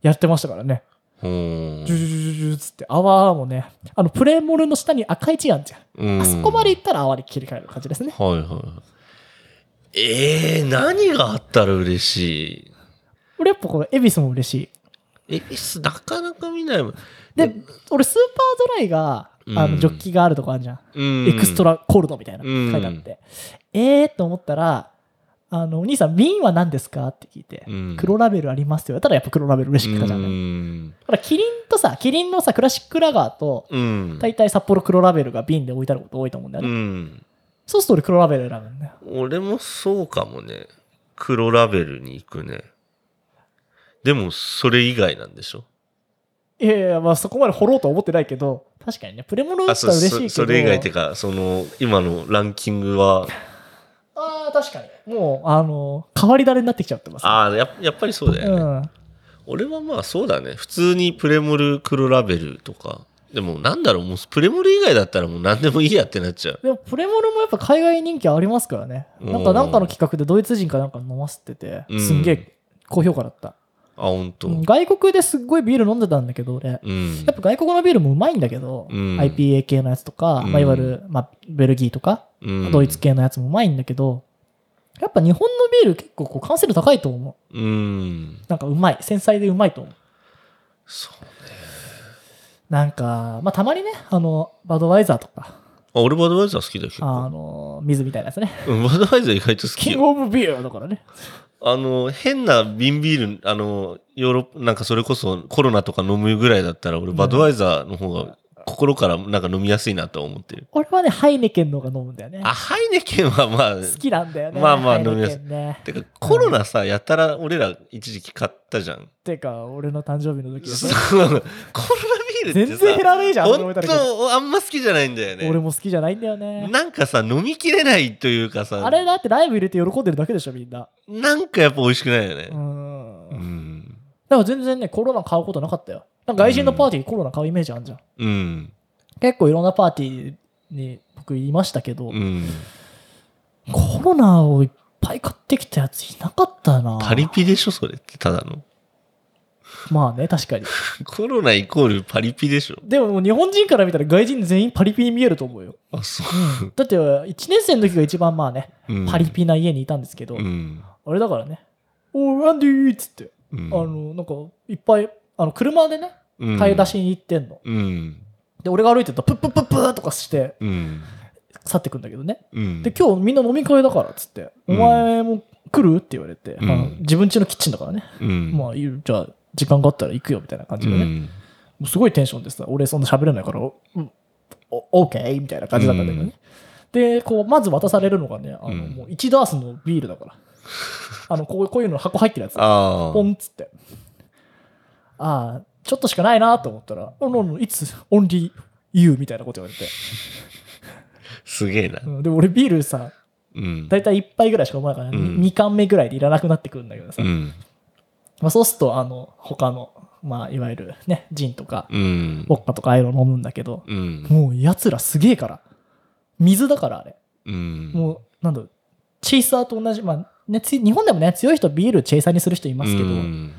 [SPEAKER 2] やってましたからね。
[SPEAKER 1] うん
[SPEAKER 2] ジュジュジュジュジュつって泡もねあのプレモルの下に赤いチアンじゃん、
[SPEAKER 1] うん
[SPEAKER 2] あそこまでいったら泡に切り替える感じですね
[SPEAKER 1] はいはい。えー、何があったら嬉し
[SPEAKER 2] 俺やっぱこの恵比寿も嬉し
[SPEAKER 1] い。
[SPEAKER 2] い
[SPEAKER 1] エビスなかなか見ないもん。
[SPEAKER 2] で俺スーパードライがあ
[SPEAKER 1] うん
[SPEAKER 2] のジョッキがあるとこあるじゃん、
[SPEAKER 1] うん
[SPEAKER 2] エクストラコールドみたいな
[SPEAKER 1] うん
[SPEAKER 2] 書いてあって、えーと思ったらあのお兄さん瓶は何ですかって聞いて、
[SPEAKER 1] うん
[SPEAKER 2] 黒ラベルありますって言われたらやっぱ黒ラベル嬉しく感じゃん
[SPEAKER 1] う
[SPEAKER 2] ね
[SPEAKER 1] ん。
[SPEAKER 2] ほらキリンとさキリンのさクラシックラガーと
[SPEAKER 1] うん。
[SPEAKER 2] 大体札幌黒ラベルが瓶で置いてあること多いと思うんだよ
[SPEAKER 1] う
[SPEAKER 2] ね、
[SPEAKER 1] ん。
[SPEAKER 2] そうすると俺黒ラベル選ぶんだよ
[SPEAKER 1] 俺もそうかもね。黒ラベルに行くね。でも、それ以外なんでしょ
[SPEAKER 2] いやいや、まあそこまで掘ろうとは思ってないけど、確かにね、プレモルだ
[SPEAKER 1] あ、
[SPEAKER 2] ったら
[SPEAKER 1] そ
[SPEAKER 2] 嬉しいけど。
[SPEAKER 1] そそれ以外ってか、その、今のランキングは、
[SPEAKER 2] ああ、確かに。もう、あの、変わり種になってきちゃってます、
[SPEAKER 1] ああ、ややっぱりそうだよね。
[SPEAKER 2] うん。
[SPEAKER 1] 俺はまあそうだね普通にプレモル黒ラベルとかでもなんだろうもうプレモル以外だったらもう何でもいいやってなっちゃう
[SPEAKER 2] でも、プレモルもやっぱ海外人気ありますからね。なん
[SPEAKER 1] う
[SPEAKER 2] か、
[SPEAKER 1] ん
[SPEAKER 2] なんかの企画でドイツ人かなんか飲ませてて
[SPEAKER 1] う、ん
[SPEAKER 2] すんげえ高評価だった。
[SPEAKER 1] あ本当
[SPEAKER 2] うん外国ですっごいビール飲んでたんだけど、俺。
[SPEAKER 1] うん
[SPEAKER 2] やっぱ外国のビールもうまいんだけど、
[SPEAKER 1] うん
[SPEAKER 2] IPA 系のやつとか、
[SPEAKER 1] うん
[SPEAKER 2] まあ、いわゆる、まあ、ベルギーとか、
[SPEAKER 1] うん
[SPEAKER 2] ドイツ系のやつもうまいんだけど、やっぱ日本のビール結構こう完成度高いと思う。
[SPEAKER 1] うん
[SPEAKER 2] なんかうまい。繊細でうまいと思う。
[SPEAKER 1] そう
[SPEAKER 2] なんか、まあ、たまにね、あの、バドワイザーとか、
[SPEAKER 1] あ俺バドワイザー好きだよ結
[SPEAKER 2] あ
[SPEAKER 1] 構
[SPEAKER 2] の、水みたいなやつね。
[SPEAKER 1] うんバドワイザー意外と好き
[SPEAKER 2] キン
[SPEAKER 1] よ
[SPEAKER 2] グオブビールだからね。
[SPEAKER 1] あの変な瓶ビールあのヨーロッパなんかそれこそコロナとか飲むぐらいだったら俺バドワイザーの方が心からなんか飲みやすいなとは思ってる
[SPEAKER 2] 俺はね、ハイネケンの方が飲むんだよね。
[SPEAKER 1] あハイネケンはまあ
[SPEAKER 2] 好きなんだよね。
[SPEAKER 1] まあまあ
[SPEAKER 2] ハイネケン
[SPEAKER 1] 飲みやすい
[SPEAKER 2] ね。
[SPEAKER 1] てかコロナさやたら俺ら一時期買ったじゃん
[SPEAKER 2] てか、俺の誕生日の時
[SPEAKER 1] そう コロナビールって
[SPEAKER 2] 全
[SPEAKER 1] さ
[SPEAKER 2] 然減らねえじゃん、あんな
[SPEAKER 1] 本
[SPEAKER 2] 置いてあるけど
[SPEAKER 1] 当あんま好きじゃないんだよね
[SPEAKER 2] 俺も好きじゃないんだよね。
[SPEAKER 1] なんかさ飲みきれないというかさ
[SPEAKER 2] あれだってライブ入れて喜んでるだけでしょ、みんな。
[SPEAKER 1] なんかやっぱ美味しくないよ
[SPEAKER 2] う
[SPEAKER 1] ね
[SPEAKER 2] ん。
[SPEAKER 1] うん
[SPEAKER 2] だから全然ね、コロナ買うことなかったよ。なんか外人のパーティーコロナ買うイメージあるじゃん。
[SPEAKER 1] うん
[SPEAKER 2] 結構いろんなパーティーに僕いましたけど、
[SPEAKER 1] うん
[SPEAKER 2] コロナをいっぱい買ってきたやついなかったな。
[SPEAKER 1] パリピでしょそれってただの
[SPEAKER 2] まあね、確かに。
[SPEAKER 1] コロナイコールパリピでしょ。
[SPEAKER 2] でももう日本人から見たら外人全員パリピに見えると思うよ。
[SPEAKER 1] あ、そ
[SPEAKER 2] だって、1年生の時が一番まあね、
[SPEAKER 1] う。うん
[SPEAKER 2] パリ。ピな家にいたんですけど、
[SPEAKER 1] うん。
[SPEAKER 2] あれだからね、おー、ランディーっつって、
[SPEAKER 1] うん
[SPEAKER 2] あ、の、なんか、いっぱい、あの、車でね、買い出しに行ってんの。
[SPEAKER 1] うん。
[SPEAKER 2] で、俺が歩いてたら、プップップップーとかして、
[SPEAKER 1] うん。
[SPEAKER 2] 去ってくんだけどね。
[SPEAKER 1] うん。
[SPEAKER 2] で、今日みんな飲み会だからっつって、
[SPEAKER 1] うん
[SPEAKER 2] お前も来るって言われて、
[SPEAKER 1] うん
[SPEAKER 2] あの自分家のキッチンだからね、
[SPEAKER 1] うん。
[SPEAKER 2] まあ、いいじゃあ、時間があったら行くよみたいな感じでね、もうすごいテンションでさ、俺そんな喋れないから、うん、オーケーみたいな感じだったんだけどね。で、こう、まず渡されるのがね、あの、
[SPEAKER 1] うん
[SPEAKER 2] もう1ダースのビールだから。 あの、こうこういうの箱入ってるやつ。
[SPEAKER 1] あ
[SPEAKER 2] ポンっつって。ああ、ちょっとしかないなと思ったら、おのの、いつ、オンリー、ユーみたいなこと言われて。
[SPEAKER 1] あ、すげえな。
[SPEAKER 2] うんでも俺ビールさ、
[SPEAKER 1] うん。
[SPEAKER 2] 大体1杯ぐらいしか飲まないから、
[SPEAKER 1] うん
[SPEAKER 2] 2缶目ぐらいでいらなくなってくるんだけどさ。
[SPEAKER 1] うん。
[SPEAKER 2] まあ、そうすると、あの、他の、まあ、いわゆるね、ジンとか、
[SPEAKER 1] うん
[SPEAKER 2] ウ。ォッカとかああいうの飲むんだけど、
[SPEAKER 1] うん。
[SPEAKER 2] もう奴らすげえから。水だからあれ。
[SPEAKER 1] うん。
[SPEAKER 2] もう、なんだろう、チェイサーと同じ、まあ、ね、つい日本でもね、強い人ビールチェイサーにする人いますけど、
[SPEAKER 1] うん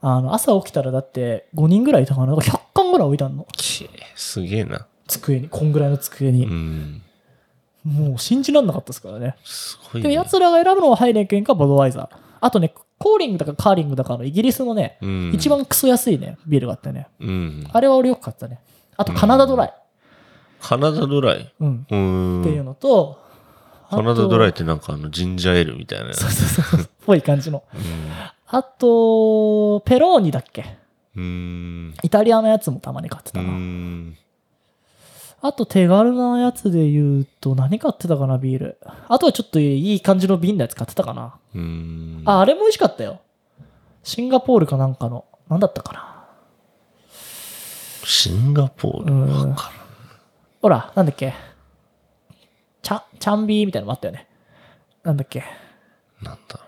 [SPEAKER 2] あの、朝起きたらだって5人ぐらいいたかな、なんか100缶ぐらい置いたの。
[SPEAKER 1] ちえすげえな。
[SPEAKER 2] 机に、こんぐらいの机
[SPEAKER 1] う
[SPEAKER 2] に。
[SPEAKER 1] ん。
[SPEAKER 2] もう信じらんなかったですからね。
[SPEAKER 1] すごい
[SPEAKER 2] で、
[SPEAKER 1] ね。
[SPEAKER 2] 奴らが選ぶのはハイネケンかボドワイザー。あとね、コーリングだかカーリングだかのイギリスのね、
[SPEAKER 1] うん
[SPEAKER 2] 一、番クソ安いね、ビールがあってね。
[SPEAKER 1] うん。
[SPEAKER 2] あれは俺よく買ったね。あとカナダドライ。
[SPEAKER 1] カナダドライ。
[SPEAKER 2] うん。
[SPEAKER 1] うーん。
[SPEAKER 2] っていうのと、
[SPEAKER 1] カナダドライ
[SPEAKER 2] イ。
[SPEAKER 1] ってなんかあの、ジンジャーエールみたいなやつ。
[SPEAKER 2] そうそうそう。っぽい感じの。
[SPEAKER 1] うん
[SPEAKER 2] あと、ペローニだっけ
[SPEAKER 1] うーん。
[SPEAKER 2] イタリアのやつもたまに買って
[SPEAKER 1] う
[SPEAKER 2] た
[SPEAKER 1] ー
[SPEAKER 2] な。
[SPEAKER 1] ん。
[SPEAKER 2] あと手軽なやつで言うと何買ってたかなビール。あとはちょっといい感じの瓶のやつ買ってたかな。
[SPEAKER 1] うーん。
[SPEAKER 2] あ、あれも美味しかったよ。シンガポールかなんかの。何だったかな。
[SPEAKER 1] シンガポール。
[SPEAKER 2] うん
[SPEAKER 1] わか
[SPEAKER 2] ほら、なんだっけ。チャ、チャンビーみたいなのもあったよね。なんだっけ。
[SPEAKER 1] らんなんだろ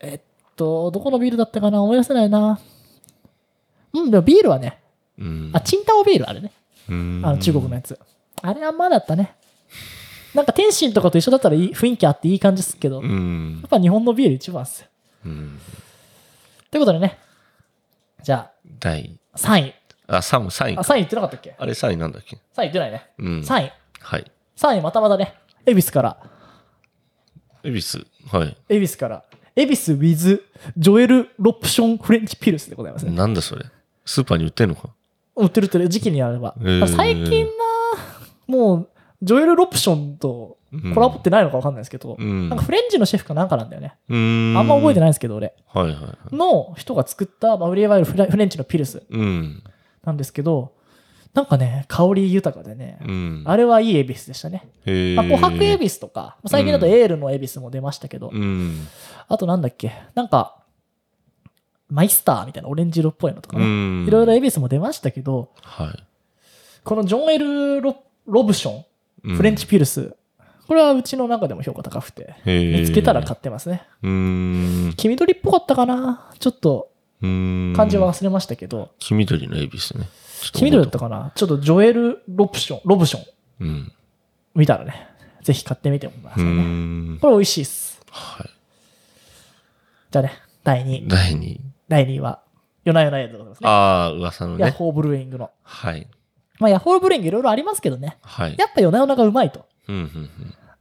[SPEAKER 2] えっと、どこのビールだったかな思い出せないな。うん、でもビールはね。
[SPEAKER 1] う。うん。
[SPEAKER 2] あ、チンタオビールあれね。
[SPEAKER 1] うーん
[SPEAKER 2] あの中国のやつ。あれはまあだったね。なんか天津とかと一緒だったらいい雰囲気あっていい感じですけど、
[SPEAKER 1] う
[SPEAKER 2] や
[SPEAKER 1] ん
[SPEAKER 2] っ。ぱ日本のビール一番っすよ。
[SPEAKER 1] うん。
[SPEAKER 2] ということでね、じゃ
[SPEAKER 1] 第、
[SPEAKER 2] あ3位。
[SPEAKER 1] あ、3位、3位
[SPEAKER 2] あ、
[SPEAKER 1] か。
[SPEAKER 2] 3位言ってなかったっけ
[SPEAKER 1] あれ3位なんだっけ
[SPEAKER 2] ?3 位言ってないね。
[SPEAKER 1] うん。
[SPEAKER 2] 3位。
[SPEAKER 1] はい。
[SPEAKER 2] 3位またまたね、恵比寿から、
[SPEAKER 1] 恵比寿。はい。
[SPEAKER 2] 恵比寿から、恵比寿 with ジョエル・ロプション・フレンチ・ピルスでございますね。
[SPEAKER 1] なんだそれ。スーパーに売ってんのか。
[SPEAKER 2] 売ってる売ってる時期にあれば。
[SPEAKER 1] へー
[SPEAKER 2] 最近な、もう、ジョエル・ロプションと
[SPEAKER 1] うん
[SPEAKER 2] コラボってないのかわかんないですけど、
[SPEAKER 1] うん。
[SPEAKER 2] なんかフレンチのシェフかなんかなんだよね。
[SPEAKER 1] うーん
[SPEAKER 2] あんま覚えてないんですけど、俺。
[SPEAKER 1] はいはいはい。
[SPEAKER 2] の人が作った、まあ、いわゆるフラフレンチのピルス
[SPEAKER 1] うん。
[SPEAKER 2] なんですけど、なんかね、香り豊かでね、
[SPEAKER 1] うん。
[SPEAKER 2] あれはいい恵比寿でしたね。
[SPEAKER 1] へえ。
[SPEAKER 2] まあ、琥珀恵比寿とか、最近だとエールの恵比寿も出ましたけど、
[SPEAKER 1] うん。
[SPEAKER 2] あとなんだっけ、なんか、マイスターみたいなオレンジ色っぽいのとか
[SPEAKER 1] う
[SPEAKER 2] ね、
[SPEAKER 1] ん。
[SPEAKER 2] いろいろ恵比寿も出ましたけど、
[SPEAKER 1] はい。
[SPEAKER 2] このジョン・エル・ロロブショ
[SPEAKER 1] うん
[SPEAKER 2] ン、フレンチピルス、これはうちの中でも評価高くて、見
[SPEAKER 1] 見
[SPEAKER 2] つけたら買ってますね。
[SPEAKER 1] うーん。
[SPEAKER 2] 黄緑っぽかったかなちょっと
[SPEAKER 1] うーん
[SPEAKER 2] 漢字は。忘れましたけど、
[SPEAKER 1] 黄緑の恵比寿ね。
[SPEAKER 2] 黄緑だったかなちょっとジョエル・ロブション、ロブション
[SPEAKER 1] うん。
[SPEAKER 2] 見たらね、ぜひ買ってみてもら
[SPEAKER 1] うー
[SPEAKER 2] いね。
[SPEAKER 1] ん。
[SPEAKER 2] これ美味しいっす。
[SPEAKER 1] はい。
[SPEAKER 2] じゃあね、第2位。
[SPEAKER 1] 第二位。
[SPEAKER 2] 第2位は、夜な夜な夜でございますね。
[SPEAKER 1] ああ、噂の
[SPEAKER 2] ヤ
[SPEAKER 1] ね。
[SPEAKER 2] ッホーブルーイングの。
[SPEAKER 1] はい。
[SPEAKER 2] まあ、ヤッホーブルーイングいろいろありますけどね。
[SPEAKER 1] はい。
[SPEAKER 2] やっぱ夜な夜ながうまいと。
[SPEAKER 1] うんうん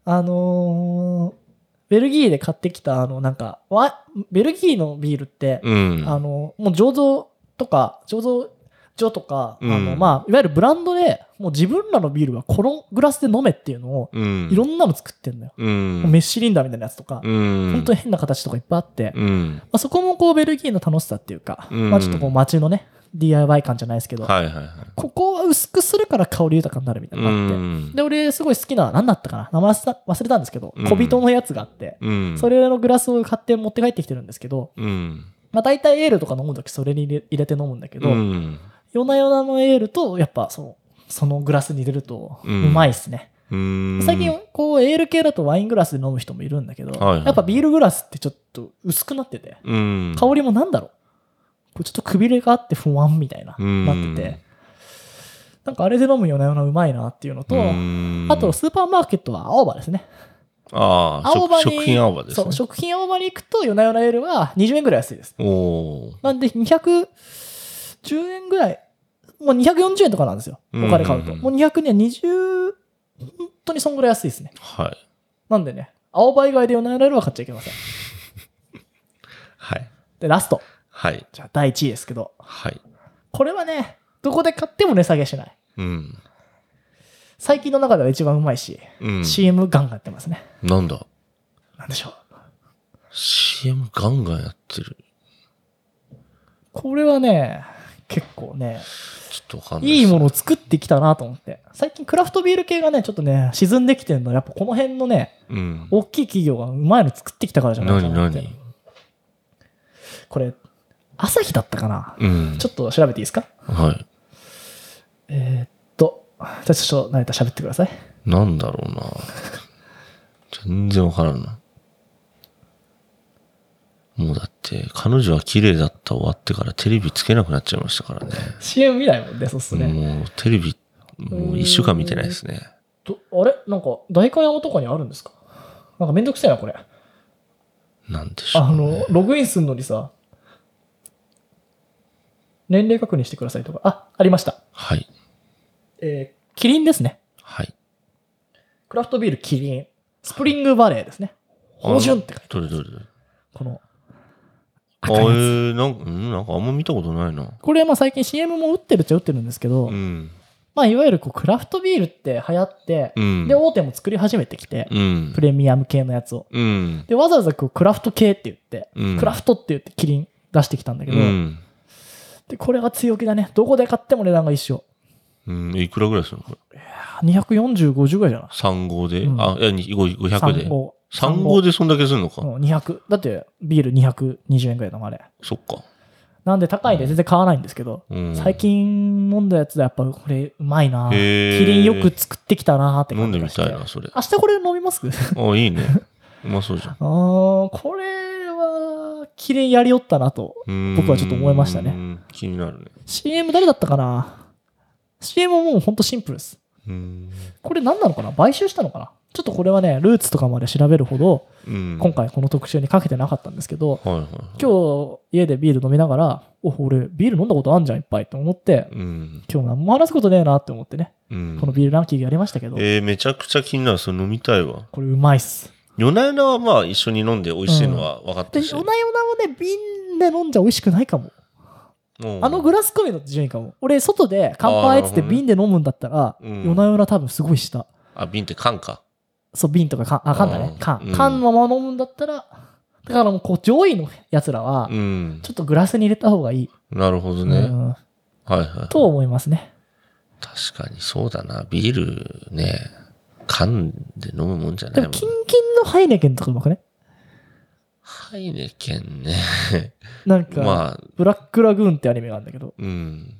[SPEAKER 2] あのーベルギーで買ってきた、あの、なんか、わベルギーのビールって、
[SPEAKER 1] うん。うん。
[SPEAKER 2] あの、もう醸造とか、醸造所とか、
[SPEAKER 1] うん
[SPEAKER 2] あの、まあ、いわゆるブランドで、もう自分らのビールはこのグラスで飲めっていうのを、
[SPEAKER 1] うん。
[SPEAKER 2] いろんなの作ってんだよ。
[SPEAKER 1] うん。
[SPEAKER 2] メッシュリンダーみたいなやつとか、
[SPEAKER 1] うん。
[SPEAKER 2] 本当に変な形とかいっぱいあって、ま
[SPEAKER 1] うん。
[SPEAKER 2] あ、そこもこうベルギーの楽しさっていうか、
[SPEAKER 1] うん
[SPEAKER 2] まあちょっとこう街のね、DIY 感じゃないですけど、
[SPEAKER 1] はいはいはい。
[SPEAKER 2] ここは薄くするから香り豊かになるみたいなのがあって、
[SPEAKER 1] ん
[SPEAKER 2] で、俺すごい好きな、何だったかな名前忘れた忘れたんですけど、
[SPEAKER 1] うん
[SPEAKER 2] 小人のやつがあって、
[SPEAKER 1] うん。
[SPEAKER 2] それのグラスを買って持って帰ってきてるんですけど、
[SPEAKER 1] うん。
[SPEAKER 2] まあ大体エールとか飲むときそれに入れ入れて飲むんだけど、
[SPEAKER 1] うん。
[SPEAKER 2] 夜な夜なのエールと、やっぱその、そのグラスに入れると、う
[SPEAKER 1] うん
[SPEAKER 2] まいっすね。
[SPEAKER 1] うん。
[SPEAKER 2] 最近こうエール系だとワイングラスで飲む人もいるんだけど、
[SPEAKER 1] はいはい
[SPEAKER 2] やっぱビールグラスってちょっと薄くなってて
[SPEAKER 1] うん。
[SPEAKER 2] 香りもなんだろうこうちょっとくびれがあって不安みたいな、
[SPEAKER 1] うん
[SPEAKER 2] なっててなんかあれで飲むようなようなうまいなっていうのと、
[SPEAKER 1] うん
[SPEAKER 2] あとスーパーマーケットは青葉ですね
[SPEAKER 1] ああ、
[SPEAKER 2] 青葉に
[SPEAKER 1] 食食品青葉です
[SPEAKER 2] そう
[SPEAKER 1] ね。
[SPEAKER 2] 食品青葉に行くと夜な夜な夜は20円ぐらい安いです
[SPEAKER 1] おお
[SPEAKER 2] なんで210円ぐらいもう240円とかなんですよお金買うと、
[SPEAKER 1] うん
[SPEAKER 2] もう200円20本当にそんぐらい安いですね
[SPEAKER 1] ー。はい。
[SPEAKER 2] なんでね青葉以外で夜な夜な夜は買っちゃいけません
[SPEAKER 1] はい。
[SPEAKER 2] でラスト
[SPEAKER 1] はい。
[SPEAKER 2] じゃあ第1位ですけど
[SPEAKER 1] はい。
[SPEAKER 2] これはねどこで買っても値下げしない
[SPEAKER 1] うん。
[SPEAKER 2] 最近の中では一番うまいし、
[SPEAKER 1] うん。
[SPEAKER 2] CM ガンガンやってますね
[SPEAKER 1] なんだ
[SPEAKER 2] なんでしょう
[SPEAKER 1] ?CM ガンガンやってる。
[SPEAKER 2] これはね結構ね
[SPEAKER 1] ちょっとわかんない。
[SPEAKER 2] いいもの
[SPEAKER 1] の。
[SPEAKER 2] を作ってきたなと思って最近クラフトビール系がねちょっとね沈んできてるのはやっぱこの辺のね
[SPEAKER 1] うん。
[SPEAKER 2] 大きい企業がうまいの作ってきたからじゃないか
[SPEAKER 1] 何
[SPEAKER 2] なって
[SPEAKER 1] 何
[SPEAKER 2] これ朝日だったかな、
[SPEAKER 1] うん。
[SPEAKER 2] ちょっと調べていいですか
[SPEAKER 1] はい。
[SPEAKER 2] えーっとじゃあちょっと成田喋ってください
[SPEAKER 1] なんだろうな。全然わからんな。もうだって、彼女は綺麗だった終わってからテレビつけなくなっちゃいましたからね。
[SPEAKER 2] CM 見ないもんねそうっすね、
[SPEAKER 1] もうテレビ、もう一週間見てないですね。
[SPEAKER 2] どあれなんか代官山とかにあるんですかなんかめんどくせえなこれ
[SPEAKER 1] なんでしょう、
[SPEAKER 2] あ
[SPEAKER 1] ね
[SPEAKER 2] の。ログインするのにさ年齢確認してくださいとかあありました
[SPEAKER 1] はい。
[SPEAKER 2] えーキリンですね
[SPEAKER 1] はい。
[SPEAKER 2] クラフトビールキリンスプリングバレーですね芳醇って書いて
[SPEAKER 1] どれどれどれ。
[SPEAKER 2] この
[SPEAKER 1] あえ
[SPEAKER 2] 赤いやつ
[SPEAKER 1] ー、なんか、うんなんかあんま見たことないな。
[SPEAKER 2] これはまあ最近 CM も打ってるっちゃ打ってるんですけど、
[SPEAKER 1] うん。
[SPEAKER 2] まあいわゆるこうクラフトビールって流行って、
[SPEAKER 1] うん。
[SPEAKER 2] で大手も作り始めてきて、
[SPEAKER 1] うん
[SPEAKER 2] プ。レミアム系のやつを
[SPEAKER 1] うん。
[SPEAKER 2] でわざわざこうクラフト系って言って、
[SPEAKER 1] うん
[SPEAKER 2] クラフトって言ってキリン出してきたんだけ
[SPEAKER 1] う
[SPEAKER 2] ど、
[SPEAKER 1] ん。
[SPEAKER 2] でこれが強気だねどこで買っても値段が一緒
[SPEAKER 1] うん。いくらぐらいするのこれ。
[SPEAKER 2] 24050ぐらいじゃない
[SPEAKER 1] 3号で、
[SPEAKER 2] うん
[SPEAKER 1] あ、いや、にご500で。
[SPEAKER 2] 35
[SPEAKER 1] 3号でそんだけするのか。
[SPEAKER 2] うん200だってビール220円ぐらいのあれ
[SPEAKER 1] そっか。
[SPEAKER 2] なんで高いんで全然買わないんですけど、
[SPEAKER 1] うん、
[SPEAKER 2] 最近飲んだやつだやっぱこれうまいなキ
[SPEAKER 1] へー
[SPEAKER 2] リンよく作ってきたなって
[SPEAKER 1] 飲
[SPEAKER 2] 感
[SPEAKER 1] んで
[SPEAKER 2] じが
[SPEAKER 1] み
[SPEAKER 2] して
[SPEAKER 1] たいな、それ。
[SPEAKER 2] 明日これ飲みます あ
[SPEAKER 1] あ、いいね。うまそうじゃん。
[SPEAKER 2] ーこれはキリンやりよったなと僕
[SPEAKER 1] 僕
[SPEAKER 2] はちょっと思いましたね。
[SPEAKER 1] 気になるね。
[SPEAKER 2] CM 誰だったかな CM ももうほんとシンプルです
[SPEAKER 1] うん。
[SPEAKER 2] これ何なのかな買収したのかなちょっとこれはねルーツとかまで調べるほど
[SPEAKER 1] うん
[SPEAKER 2] 今。回この特集にかけてなかったんですけど
[SPEAKER 1] はいはい。
[SPEAKER 2] 今日家でビール飲みながらお俺ビール飲んだことあんじゃんいっぱいと思って
[SPEAKER 1] うん。
[SPEAKER 2] 今日何も話すことねえなって思ってね
[SPEAKER 1] うん
[SPEAKER 2] このビールランキングやりましたけど
[SPEAKER 1] えー、めちゃくちゃ気になる。それ飲みたいわ。
[SPEAKER 2] これうまいっす
[SPEAKER 1] 夜な夜なはまあ一緒に飲んで美味しいのは分かっ
[SPEAKER 2] で
[SPEAKER 1] たし。
[SPEAKER 2] 夜な夜なもね瓶で飲んじゃ美味しくないかも
[SPEAKER 1] うん
[SPEAKER 2] あのグラス込みだと順位かも俺外で乾杯っつっ
[SPEAKER 1] あー
[SPEAKER 2] て
[SPEAKER 1] なるほどね
[SPEAKER 2] 瓶で飲むんだったら
[SPEAKER 1] うん
[SPEAKER 2] 夜な夜な多分すごいした
[SPEAKER 1] あ、瓶って缶か。
[SPEAKER 2] そう瓶とか缶あ缶だね
[SPEAKER 1] あー
[SPEAKER 2] 缶
[SPEAKER 1] うん
[SPEAKER 2] 缶のまま飲むんだったらだからもうこう上位のやつらは
[SPEAKER 1] うん
[SPEAKER 2] ち。ょっとグラスに入れた方がいい、
[SPEAKER 1] なるほど
[SPEAKER 2] う
[SPEAKER 1] ね。
[SPEAKER 2] ん、
[SPEAKER 1] はいはい。
[SPEAKER 2] と思いますね
[SPEAKER 1] 確かにそうだな。ビールね、缶で飲むもんじゃな
[SPEAKER 2] で
[SPEAKER 1] いも
[SPEAKER 2] も
[SPEAKER 1] ん。
[SPEAKER 2] キンキンのハイネケンとかうまくね
[SPEAKER 1] ハイネケンね。
[SPEAKER 2] なんか、
[SPEAKER 1] まあ、
[SPEAKER 2] ブラックラグーンってアニメがあるんだけど
[SPEAKER 1] うん。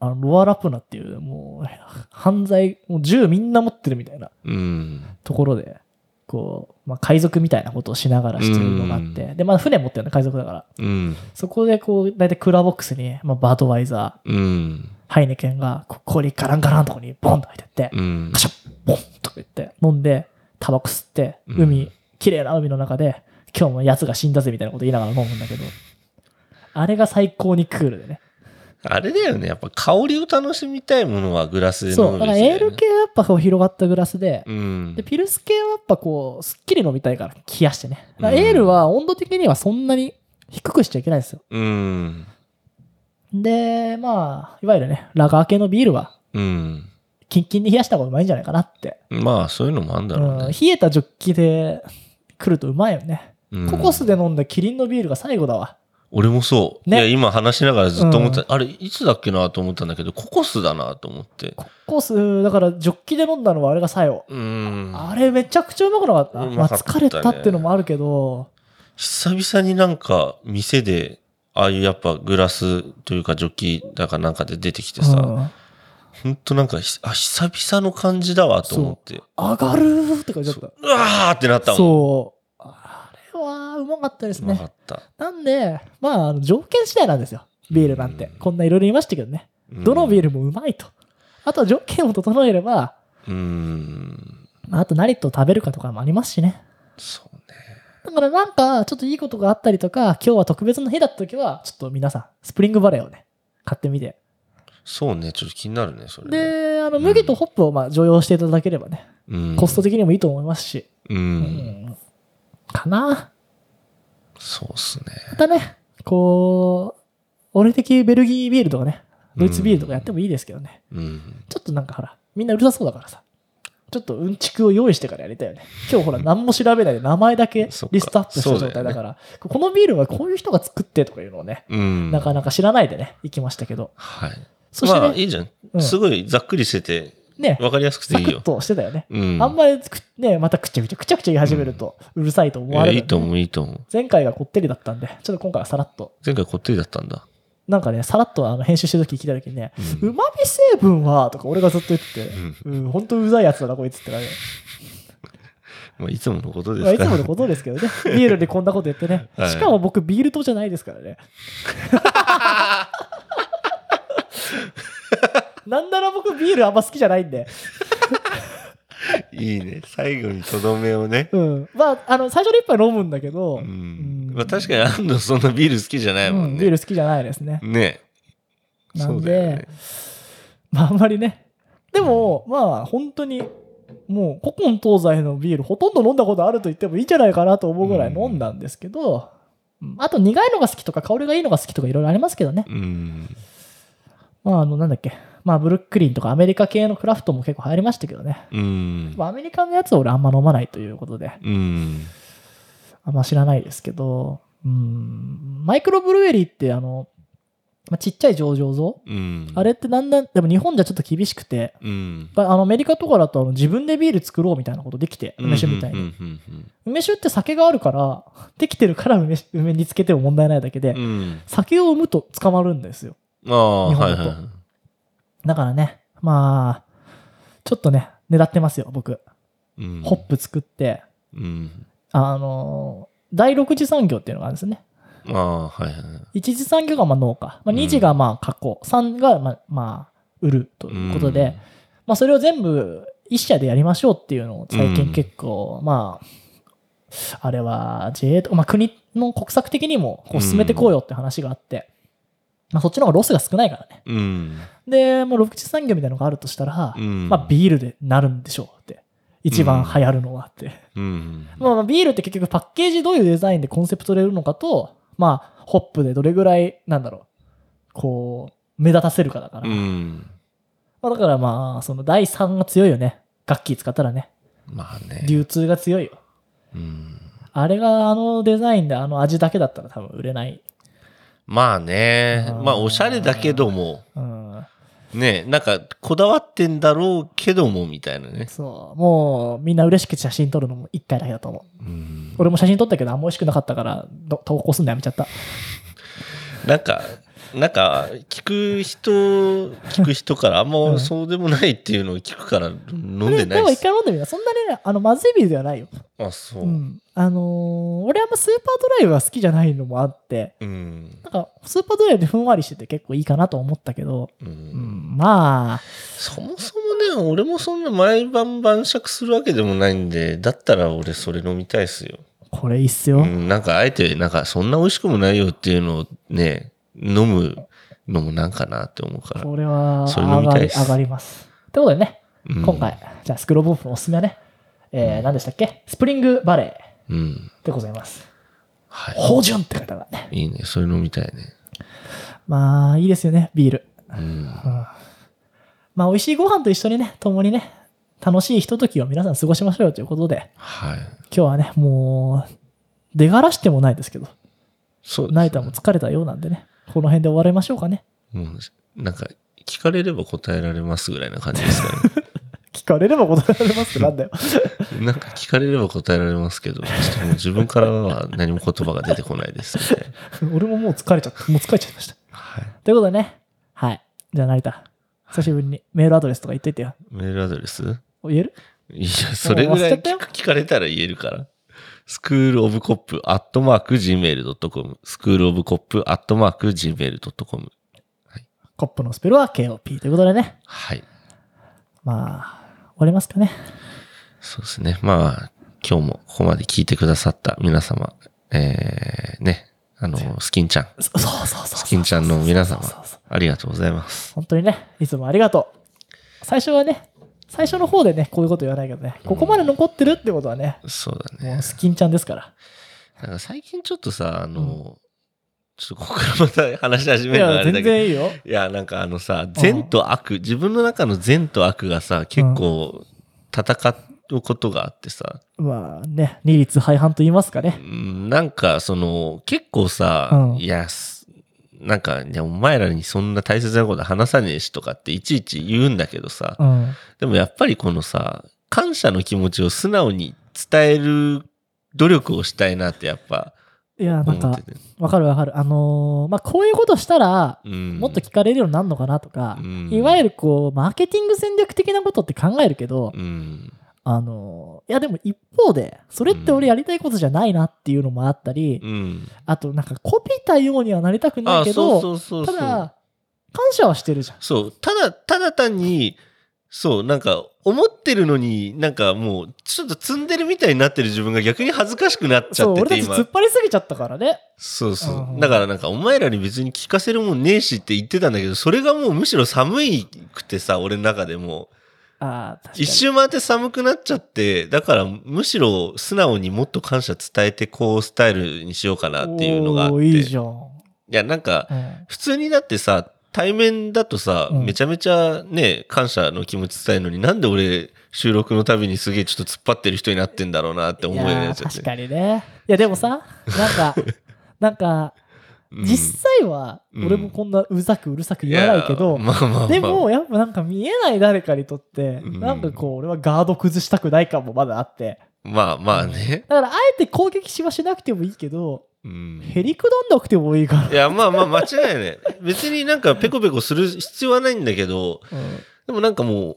[SPEAKER 2] あのロアラプナっていうもう犯罪もう銃みんな持ってるみたいな
[SPEAKER 1] うん。
[SPEAKER 2] ところでこう、まあ、海賊みたいなことをしながらしてるのがあって、でまあ船持ってるの海賊だから
[SPEAKER 1] うん。
[SPEAKER 2] そこでこう大体クーラーボックスに、まあ、バードワイザー
[SPEAKER 1] うん。
[SPEAKER 2] ハイネケンがこう氷ガランガランとこにボンと入ってって、
[SPEAKER 1] うん
[SPEAKER 2] カ。シャッボンとか言って飲んでタバコ吸って
[SPEAKER 1] うん
[SPEAKER 2] 海、綺麗な海の中で今日も奴が死んだぜみたいなこと言いながら飲むんだけどあれが最高にクールでね
[SPEAKER 1] あれだよね。やっぱ香りを楽しみたいものはグラスで飲む
[SPEAKER 2] そう
[SPEAKER 1] べき
[SPEAKER 2] だ
[SPEAKER 1] だ
[SPEAKER 2] からエー
[SPEAKER 1] よ
[SPEAKER 2] ル
[SPEAKER 1] ね。
[SPEAKER 2] 系はやっぱこう広がったグラスで、
[SPEAKER 1] うん
[SPEAKER 2] で。ピルス系はやっぱこうすっきり飲みたいから冷やしてねだから
[SPEAKER 1] うん
[SPEAKER 2] エールは温度的にはそんなに低くしちゃいけないんですよ
[SPEAKER 1] うん。
[SPEAKER 2] でまあいわゆるねラガー系のビールは
[SPEAKER 1] うん。
[SPEAKER 2] キンキンに冷やした方がうまいんじゃないかなって、
[SPEAKER 1] まあ、そういうのもあるんだろう
[SPEAKER 2] うん
[SPEAKER 1] ね。
[SPEAKER 2] 冷えたジョッキで来るとうまいよね、
[SPEAKER 1] うん
[SPEAKER 2] ココスで飲んだキリンのビールが最後だわ
[SPEAKER 1] 俺もそう。
[SPEAKER 2] ね
[SPEAKER 1] いや、今話しながらずっと思ってた。あれ、いつだっけなと思ったんだけど、ココスだなと思って。
[SPEAKER 2] ココスだからジョッキで飲んだのはあれが最後、
[SPEAKER 1] うん。
[SPEAKER 2] あれめちゃくちゃうまくなかった
[SPEAKER 1] う
[SPEAKER 2] ま
[SPEAKER 1] ま
[SPEAKER 2] あ
[SPEAKER 1] かったね
[SPEAKER 2] 疲れたっていうのもあるけど
[SPEAKER 1] 久々になんか、店で、ああいうやっぱグラスというかジョッキだかなんかで出てきてさ、
[SPEAKER 2] うん
[SPEAKER 1] ほんとなんかひ、あ、久々の感じだわと思って。
[SPEAKER 2] 上がるーって感じだった
[SPEAKER 1] うわーってなったもん。
[SPEAKER 2] そう。あれはうまかったです
[SPEAKER 1] うまか
[SPEAKER 2] ね。
[SPEAKER 1] った。
[SPEAKER 2] なんで、まああの、条件次第なんですよ。ビールなんて
[SPEAKER 1] うん。
[SPEAKER 2] こんないろいろ言いましたけどね。どのビールもうまいと。あとは条件を整えれば、
[SPEAKER 1] うん。
[SPEAKER 2] まあ、あと何と食べるかとかもありますしね。
[SPEAKER 1] そうね。
[SPEAKER 2] だからなんか、ちょっといいことがあったりとか、今日は特別な日だった時は、ちょっと皆さん、スプリングバレーをね、買ってみて。
[SPEAKER 1] そうね。ちょっと気になるね、それね。
[SPEAKER 2] で、あの、麦とホップをまあ常用していただければね、
[SPEAKER 1] うん
[SPEAKER 2] コスト的にもいいと思いますし。
[SPEAKER 1] う。
[SPEAKER 2] うんん。かな
[SPEAKER 1] そうっすね。
[SPEAKER 2] またね、こう、俺的ベルギービールとかね、ドイツビールとかやってもいいですけどね。
[SPEAKER 1] うん。
[SPEAKER 2] ちょっとなんかほら、みんなうるさそうだからさ。ちょっとうんちくを用意してからやりたいよね。今日ほら、何も調べないで名前だけ
[SPEAKER 1] そっか
[SPEAKER 2] リストアップした状態
[SPEAKER 1] そうだよね
[SPEAKER 2] だから、このビールはこういう人が作ってとかいうのをね、
[SPEAKER 1] うん。
[SPEAKER 2] なかなか知らないでね、行きましたけど。
[SPEAKER 1] はい。
[SPEAKER 2] そしてね
[SPEAKER 1] まあ、いいじゃん。
[SPEAKER 2] うん
[SPEAKER 1] すごいざっくりしてて、
[SPEAKER 2] ね、
[SPEAKER 1] わかりやすくて
[SPEAKER 2] サ
[SPEAKER 1] い
[SPEAKER 2] ク
[SPEAKER 1] い
[SPEAKER 2] ッ
[SPEAKER 1] よ。
[SPEAKER 2] としてたよね。
[SPEAKER 1] うん。
[SPEAKER 2] あんまりく、ね、またくちゃくちゃくちゃくちゃ言い始めると、うるさいと思
[SPEAKER 1] い
[SPEAKER 2] われ
[SPEAKER 1] や
[SPEAKER 2] る、
[SPEAKER 1] いいと思う、いいと思う。
[SPEAKER 2] 前回がこってりだったんで、ちょっと今回はさらっと。
[SPEAKER 1] 前回こってりだったんだ。
[SPEAKER 2] なんかね、さらっとあの編集してる時聞いた時にね、
[SPEAKER 1] うん
[SPEAKER 2] うま、み成分はとか俺がずっと言ってて、うん、ほんとうざいやつだな、こいつってなる。
[SPEAKER 1] まあ、いつものことで
[SPEAKER 2] まあ、
[SPEAKER 1] す
[SPEAKER 2] い
[SPEAKER 1] から。
[SPEAKER 2] つものこ とですけどね、ビールでこんなこと言ってね、
[SPEAKER 1] はい
[SPEAKER 2] しかも僕、ビール党じゃないですか らね。なんなら僕、ビールあんま好きじゃないんで、
[SPEAKER 1] いいね。最後にとどめをね。
[SPEAKER 2] うん、まあ、あの最初の一杯飲むんだけど、
[SPEAKER 1] う
[SPEAKER 2] うん
[SPEAKER 1] ん。まあ、確かに安藤そんなビール好きじゃないも
[SPEAKER 2] うんんビー
[SPEAKER 1] ね。
[SPEAKER 2] ル好きじゃないですね。
[SPEAKER 1] ね
[SPEAKER 2] な
[SPEAKER 1] そ
[SPEAKER 2] ん
[SPEAKER 1] う
[SPEAKER 2] で
[SPEAKER 1] だよね。
[SPEAKER 2] まあ、あんまりね。でも、まあ、本当に、もう、古今東西のビール、ほとんど飲んだことあると言ってもいいんじゃないかなと思うぐらい飲んだんですけど、うんあと、苦いのが好きとか、香りがいいのが好きとか、いろいろありますけどね。
[SPEAKER 1] うん。
[SPEAKER 2] まあ、あの、なんだっけ。まあ、ブルックリンとかアメリカ系のクラフトも結構流行りましたけどね。
[SPEAKER 1] うん。
[SPEAKER 2] まあ、アメリカのやつは俺あんま飲まないということで、
[SPEAKER 1] うん。
[SPEAKER 2] あんま知らないですけど、うん、マイクロブルエリーって、あの、まあ、ちっちゃい醸造像
[SPEAKER 1] うん。
[SPEAKER 2] あれってだんだん、でも日本じゃちょっと厳しくて、
[SPEAKER 1] うん
[SPEAKER 2] やっ。ぱりあのアメリカとかだとあの自分でビール作ろうみたいなことできて、梅酒みたいに。
[SPEAKER 1] うんうんうん
[SPEAKER 2] 梅酒って酒があるから、 できてるから梅酒梅につけても問題ないだけで、
[SPEAKER 1] うんうん。
[SPEAKER 2] 酒を生むと捕まるんですよ。
[SPEAKER 1] ああ、
[SPEAKER 2] 日本
[SPEAKER 1] はいは
[SPEAKER 2] だと
[SPEAKER 1] いはい。
[SPEAKER 2] だからね、まあ、ちょっとね、狙ってますよ、僕。
[SPEAKER 1] うん
[SPEAKER 2] ホップ作って、
[SPEAKER 1] うん。
[SPEAKER 2] あのー第6次産業っていうのがあるんですね。
[SPEAKER 1] ああ、はいはいはい。
[SPEAKER 2] 1次産業がまあ農家、まあ、
[SPEAKER 1] うん
[SPEAKER 2] 2次がまあ加工、3がまあ、まあ、売るということで、まあ、それを全部一社でやりましょうっていうのを最近結構、まあ、あれは JA と、まあ、国の国策的にもこう進めてこうよって話があって、まあ、そっちの方がロスが少ないからね。
[SPEAKER 1] うん。
[SPEAKER 2] で、もう6次産業みたいなのがあるとしたら、
[SPEAKER 1] うん。
[SPEAKER 2] まあ、ビールでなるんでしょうって。一番流行るのはって。
[SPEAKER 1] うん。
[SPEAKER 2] まあまあ、ビールって結局パッケージどういうデザインでコンセプトで売るのかと、まあ、ホップでどれぐらい、なんだろう、こう、目立たせるかだから。
[SPEAKER 1] うん。
[SPEAKER 2] まあ、だからまあ、その第3が強いよね。楽器使ったらね。
[SPEAKER 1] まあね。
[SPEAKER 2] 流通が強いよ。
[SPEAKER 1] うん。
[SPEAKER 2] あれがあのデザインであの味だけだったら多分売れない。
[SPEAKER 1] まあね
[SPEAKER 2] あー。
[SPEAKER 1] まあ、おしゃれだけども、
[SPEAKER 2] うん。
[SPEAKER 1] ね、なんか、こだわってんだろうけども、みたいなね。
[SPEAKER 2] そう。もうみんな嬉しくて写真撮るのも1回だけだと思う。
[SPEAKER 1] うん。
[SPEAKER 2] 俺も写真撮ったけどあんま美味しくなかったからど投稿すんのやめちゃった。
[SPEAKER 1] なんか、なんか、聞く人、聞く人から、あん
[SPEAKER 2] う
[SPEAKER 1] ま
[SPEAKER 2] ん
[SPEAKER 1] そうでもないっていうのを聞くから、飲ん
[SPEAKER 2] で
[SPEAKER 1] でない
[SPEAKER 2] も
[SPEAKER 1] で
[SPEAKER 2] 一
[SPEAKER 1] す。
[SPEAKER 2] 回飲んでみた。そんなね、あの、まずいビールではないよ。
[SPEAKER 1] あ、そうう。
[SPEAKER 2] ん。あのー俺あんまスーパードライが好きじゃないのもあって、
[SPEAKER 1] うん。
[SPEAKER 2] なんかスーパードライでふんわりしてて結構いいかなと思ったけど、
[SPEAKER 1] う。
[SPEAKER 2] うんん、まあ、
[SPEAKER 1] そもそもね、俺もそんな毎晩晩酌するわけでもないんで、だったら俺それ飲みたいっすよ。
[SPEAKER 2] これいいっすよ。
[SPEAKER 1] うん、なんかあえて、なんかそんな美味しくもないよっていうのをね、飲むのもなんかなって思うから。
[SPEAKER 2] これは
[SPEAKER 1] それ飲
[SPEAKER 2] 上
[SPEAKER 1] み
[SPEAKER 2] が
[SPEAKER 1] たい
[SPEAKER 2] り
[SPEAKER 1] です
[SPEAKER 2] 上がります。ってことでね、
[SPEAKER 1] うん
[SPEAKER 2] 今。回、じゃあスクローボーフのおすすめはね、えー何でしたっけスプリングバレ
[SPEAKER 1] うん。
[SPEAKER 2] ーでございます。
[SPEAKER 1] は
[SPEAKER 2] 芳醇って方がね。
[SPEAKER 1] い。いいね。それ飲みたいね。
[SPEAKER 2] まあ、いいですよね、ビール。
[SPEAKER 1] うん。
[SPEAKER 2] うんまあ、美味しいご飯と一緒にね、共にね、楽しいひとときを皆さん過ごしましょうよということで、
[SPEAKER 1] はい。
[SPEAKER 2] 今日はね、もう、出がらしてもないですけど、
[SPEAKER 1] そうです
[SPEAKER 2] ナイターも疲れたようなんでね、この辺で終わりましょうかね。
[SPEAKER 1] もう、なんか、聞かれれば答えられますぐらいな感じですか
[SPEAKER 2] 聞かれれば答えられますってなんだよ。
[SPEAKER 1] ね。なんか聞かれれば答えられますけど、ちょっともう自分からは何も言葉が出てこないですね。
[SPEAKER 2] 俺ももう疲れちゃった。もう疲れちゃいました。
[SPEAKER 1] はい。
[SPEAKER 2] ということでね、はい。じゃあ、成田、久しぶりにメールアドレスとか言っといてよ。
[SPEAKER 1] メールアドレス
[SPEAKER 2] 言える
[SPEAKER 1] いや、それぐらい
[SPEAKER 2] 忘れた
[SPEAKER 1] 聞
[SPEAKER 2] よ
[SPEAKER 1] く聞かれたら言えるから。スクールオブコップアットマーク Gmail.com。スクールオブコップアットマーク Gmail.com。
[SPEAKER 2] コップのスペルは KOP ということでね。
[SPEAKER 1] はい。
[SPEAKER 2] まあ、終わりますかね。
[SPEAKER 1] そうですね。まあ、今日もここまで聞いてくださった皆様、えー、ね、あの、スキンちゃん、
[SPEAKER 2] そそうそうそう。
[SPEAKER 1] スキンちゃんの皆様
[SPEAKER 2] そうそうそう
[SPEAKER 1] ありがとうございます。
[SPEAKER 2] 本当にね、いつもありがとう。最初はね、最初の方でね、こういうこと言わないけどね、ここまで残ってるってことはね、
[SPEAKER 1] そうだ
[SPEAKER 2] も
[SPEAKER 1] ね
[SPEAKER 2] う。スキンちゃんですから。
[SPEAKER 1] なんか最近ちょっとさ、あの、ちょっとここからまた話し始
[SPEAKER 2] い
[SPEAKER 1] めるのあ
[SPEAKER 2] や、
[SPEAKER 1] れだ
[SPEAKER 2] 全
[SPEAKER 1] けど、
[SPEAKER 2] 然いいよ。
[SPEAKER 1] いや、なんかあのさ、善と悪、自分の中の善と悪がさ、結構戦うことがあってさ、
[SPEAKER 2] まあね、二律背反と言いますかね。
[SPEAKER 1] うんなんかその、結構さ、
[SPEAKER 2] うん
[SPEAKER 1] いや、すなんか、いや、お前らにそんな大切なこと話さねえしとかっていちいち言うんだけどさ、
[SPEAKER 2] うん。
[SPEAKER 1] でもやっぱりこのさ、感謝の気持ちを素直に伝える努力をしたいなってやっぱ
[SPEAKER 2] いや、なん
[SPEAKER 1] 思って、
[SPEAKER 2] か
[SPEAKER 1] て。
[SPEAKER 2] わかるわかる。あのーまあこういうことしたら、
[SPEAKER 1] うん
[SPEAKER 2] もっと聞かれるようになるのかなとか、
[SPEAKER 1] うん
[SPEAKER 2] いわゆるこう、マーケティング戦略的なことって考えるけど、
[SPEAKER 1] うん。
[SPEAKER 2] あのーいやでも一方で、それって俺やりたいことじゃないなっていうのもあったり、
[SPEAKER 1] うん。
[SPEAKER 2] あとなんかコピーたようにはなりたくないけど、
[SPEAKER 1] うそう
[SPEAKER 2] ただ、感謝はしてるじゃん。
[SPEAKER 1] そう、ただ、ただ単に、そう、なんか、思ってるのに、なんかもう、ちょっと積んでるみたいになってる自分が逆に恥ずかしくなっちゃ
[SPEAKER 2] そう、
[SPEAKER 1] って
[SPEAKER 2] 俺
[SPEAKER 1] て、
[SPEAKER 2] たち
[SPEAKER 1] 今
[SPEAKER 2] 突っ。張りすぎちゃったからね。
[SPEAKER 1] そうそうう。
[SPEAKER 2] ん
[SPEAKER 1] だからなんか、お前らに別に聞かせるもんねえしって言ってたんだけど、それがもうむしろ寒いくてさ、俺の中でもう。
[SPEAKER 2] ああ、確かに。
[SPEAKER 1] 一周回って寒くなっちゃって、だからむしろ素直にもっと感謝伝えてこうスタイルにしようかなっていうのがあって。
[SPEAKER 2] おーいいじゃん。う
[SPEAKER 1] いや、なんか、
[SPEAKER 2] ん
[SPEAKER 1] 普通にだってさ対面だとさ、
[SPEAKER 2] うん
[SPEAKER 1] めちゃめちゃね感謝の気持ち伝えるのになんで俺収録のたびにすげえちょっと突っ張ってる人になってんだろうなって思
[SPEAKER 2] い
[SPEAKER 1] える
[SPEAKER 2] や
[SPEAKER 1] や
[SPEAKER 2] ー
[SPEAKER 1] つやっ
[SPEAKER 2] 確
[SPEAKER 1] て
[SPEAKER 2] かにね。いや、でもさ、なんか、なんか、
[SPEAKER 1] うん
[SPEAKER 2] 実際は、
[SPEAKER 1] うん
[SPEAKER 2] 俺もこんなうざくうるさく言わないけど、
[SPEAKER 1] やまあまあまあ
[SPEAKER 2] でも、やっぱなんか見えない誰かにとって、
[SPEAKER 1] うん
[SPEAKER 2] なんかこう、俺はガード崩したくない感もまだあって。
[SPEAKER 1] まあまあね、
[SPEAKER 2] だから、あえて攻撃しはしなくてもいいけど、
[SPEAKER 1] うん
[SPEAKER 2] へりくどんなくてもいいか
[SPEAKER 1] いやまあまあ間違いない別になんかペコペコする必要はないんだけど
[SPEAKER 2] ら。うん
[SPEAKER 1] でもなんかもう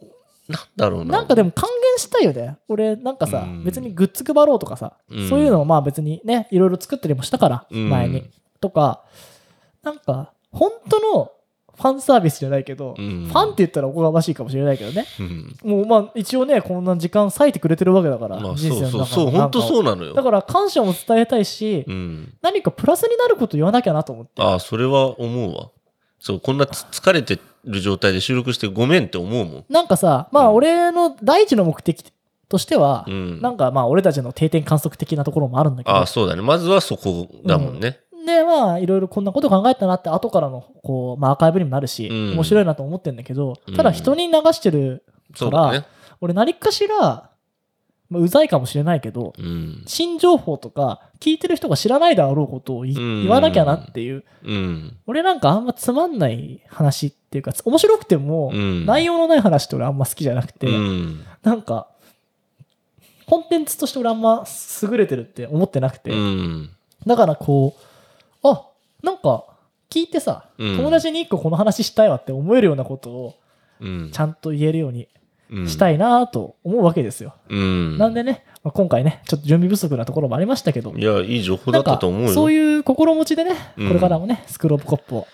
[SPEAKER 1] なんだろうな
[SPEAKER 2] なんかでも還元したいよね。俺なんかさ、
[SPEAKER 1] うん
[SPEAKER 2] 別にグッズ配ろうとかさ、
[SPEAKER 1] うん
[SPEAKER 2] そういうのをまあ別にね、いろいろ作ったりもしたから、
[SPEAKER 1] うん
[SPEAKER 2] 前に。とか、なんか、本当のファンサービスじゃないけど、
[SPEAKER 1] うん
[SPEAKER 2] ファンって言ったらおこがましいかもしれないけどね。
[SPEAKER 1] うん
[SPEAKER 2] もうまあ一応ね、こんな時間割いてくれてるわけだから、
[SPEAKER 1] まあ
[SPEAKER 2] 人
[SPEAKER 1] そ
[SPEAKER 2] 生
[SPEAKER 1] う
[SPEAKER 2] の中
[SPEAKER 1] そ
[SPEAKER 2] の
[SPEAKER 1] うそう
[SPEAKER 2] なん
[SPEAKER 1] 本
[SPEAKER 2] かを
[SPEAKER 1] 当そうなのよ
[SPEAKER 2] だから感謝も伝えたいし、
[SPEAKER 1] うん
[SPEAKER 2] 何かプラスになること言わなきゃなと思って。
[SPEAKER 1] ああ、それは思うわ。そう、こんなつ疲れてる状態で収録してごめんって思うもん。
[SPEAKER 2] なんかさ、まあ
[SPEAKER 1] うん
[SPEAKER 2] 俺の第一の目的としては、
[SPEAKER 1] うん。
[SPEAKER 2] なんかまあ俺たちの定点観測的なところもあるんだけど
[SPEAKER 1] ああ、そうだね。まずはそこだもんね。
[SPEAKER 2] でまあいろいろこんなこと考えたなって後からのこう、まあ、アーカイブにもなるし、
[SPEAKER 1] うん
[SPEAKER 2] 面白いなと思ってんだけど
[SPEAKER 1] うん
[SPEAKER 2] ただ人に流してる、
[SPEAKER 1] そうだね。
[SPEAKER 2] 俺何かしら、まあ、うざいかもしれないけど
[SPEAKER 1] うん。
[SPEAKER 2] 新情報とか聞いてる人が知らないであろうことを言,、
[SPEAKER 1] うん
[SPEAKER 2] 言わなきゃなっていう
[SPEAKER 1] うん。
[SPEAKER 2] 俺なんかあんまつまんない話っていうか面白くても
[SPEAKER 1] うん
[SPEAKER 2] 内容のない話って俺あんま好きじゃなくて、
[SPEAKER 1] うん。
[SPEAKER 2] なんかコンテンツとして俺あんま優れてるって思ってなくて、
[SPEAKER 1] うん。
[SPEAKER 2] だからこう、あ、なんか聞いてさ、
[SPEAKER 1] うん
[SPEAKER 2] 友達に一個この話したいわって思えるようなことを
[SPEAKER 1] うん
[SPEAKER 2] ち。ゃんと言えるように
[SPEAKER 1] うん
[SPEAKER 2] したいなと思うわけですよ。
[SPEAKER 1] うん。
[SPEAKER 2] なんでね、まあ、今回ね、ちょっと準備不足なところもありましたけど、
[SPEAKER 1] いや、いい情報だ
[SPEAKER 2] なん
[SPEAKER 1] った
[SPEAKER 2] か
[SPEAKER 1] と思うよ。
[SPEAKER 2] そういう心持ちでね、こ
[SPEAKER 1] うん
[SPEAKER 2] れからもね、スクロープコップを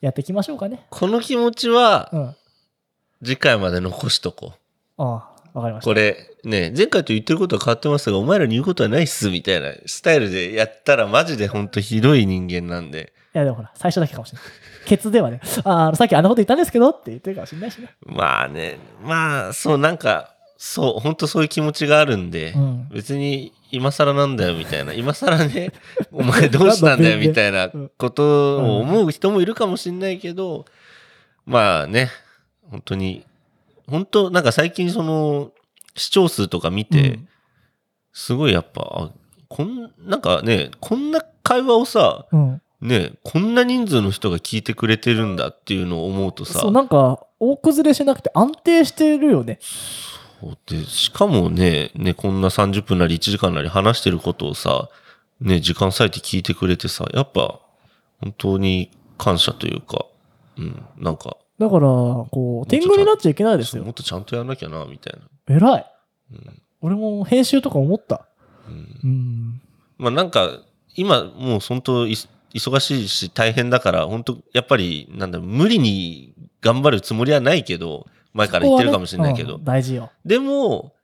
[SPEAKER 2] やっていきましょうかね。
[SPEAKER 1] この気持ちは
[SPEAKER 2] うん。あ
[SPEAKER 1] 次回まで残しとこう。
[SPEAKER 2] あ、わかりました。
[SPEAKER 1] これ、ね、前回と言ってることは変わってますが、お前らに言うことはないっす、みたいなスタイルでやったらマジでほんとひどい人間なんで。
[SPEAKER 2] いやでもほら、最初だけかもしれない。ケツではね、あああの、さっきあんなこと言ったんですけどって言ってるかもしれないしね。
[SPEAKER 1] まあね、まあ、そう、なんか、そう、本当そういう気持ちがあるんで、
[SPEAKER 2] うん
[SPEAKER 1] 別に今更なんだよみたいな、今更 ね、お前どうしたんだよみたいなことを思う人もいるかもしれないけど、まあね、本当に、本当なんか最近その、視聴数とか見て、
[SPEAKER 2] うん
[SPEAKER 1] すごいやっぱ、あこん、なんかね、こんな会話をさ、
[SPEAKER 2] うん。
[SPEAKER 1] ね、こんな人数の人が聞いてくれてるんだっていうのを思うとさ、
[SPEAKER 2] そう、なんか、大崩れしなくて安定してるよね。
[SPEAKER 1] で、しかもね、ね、こんな30分なり1時間なり話してることをさ、ね、時間割いて聞いてくれてさ、やっぱ、本当に感謝というか、うん、なんか、
[SPEAKER 2] だから、こう、
[SPEAKER 1] ちょっと
[SPEAKER 2] 天狗になっちゃいけないです
[SPEAKER 1] そうも
[SPEAKER 2] よ
[SPEAKER 1] っ。とちゃんとやんなきゃな、みたいな。
[SPEAKER 2] 偉い。
[SPEAKER 1] うん
[SPEAKER 2] 俺も編集とか思った。
[SPEAKER 1] うん
[SPEAKER 2] うん。
[SPEAKER 1] まあなんか、今、もう本当い、忙しいし大変だから、本当やっぱり、なんだ、無理に頑張るつもりはないけど、前から言ってるかもしれないけ
[SPEAKER 2] そこ
[SPEAKER 1] ど
[SPEAKER 2] はねうん、大事よ。
[SPEAKER 1] でも、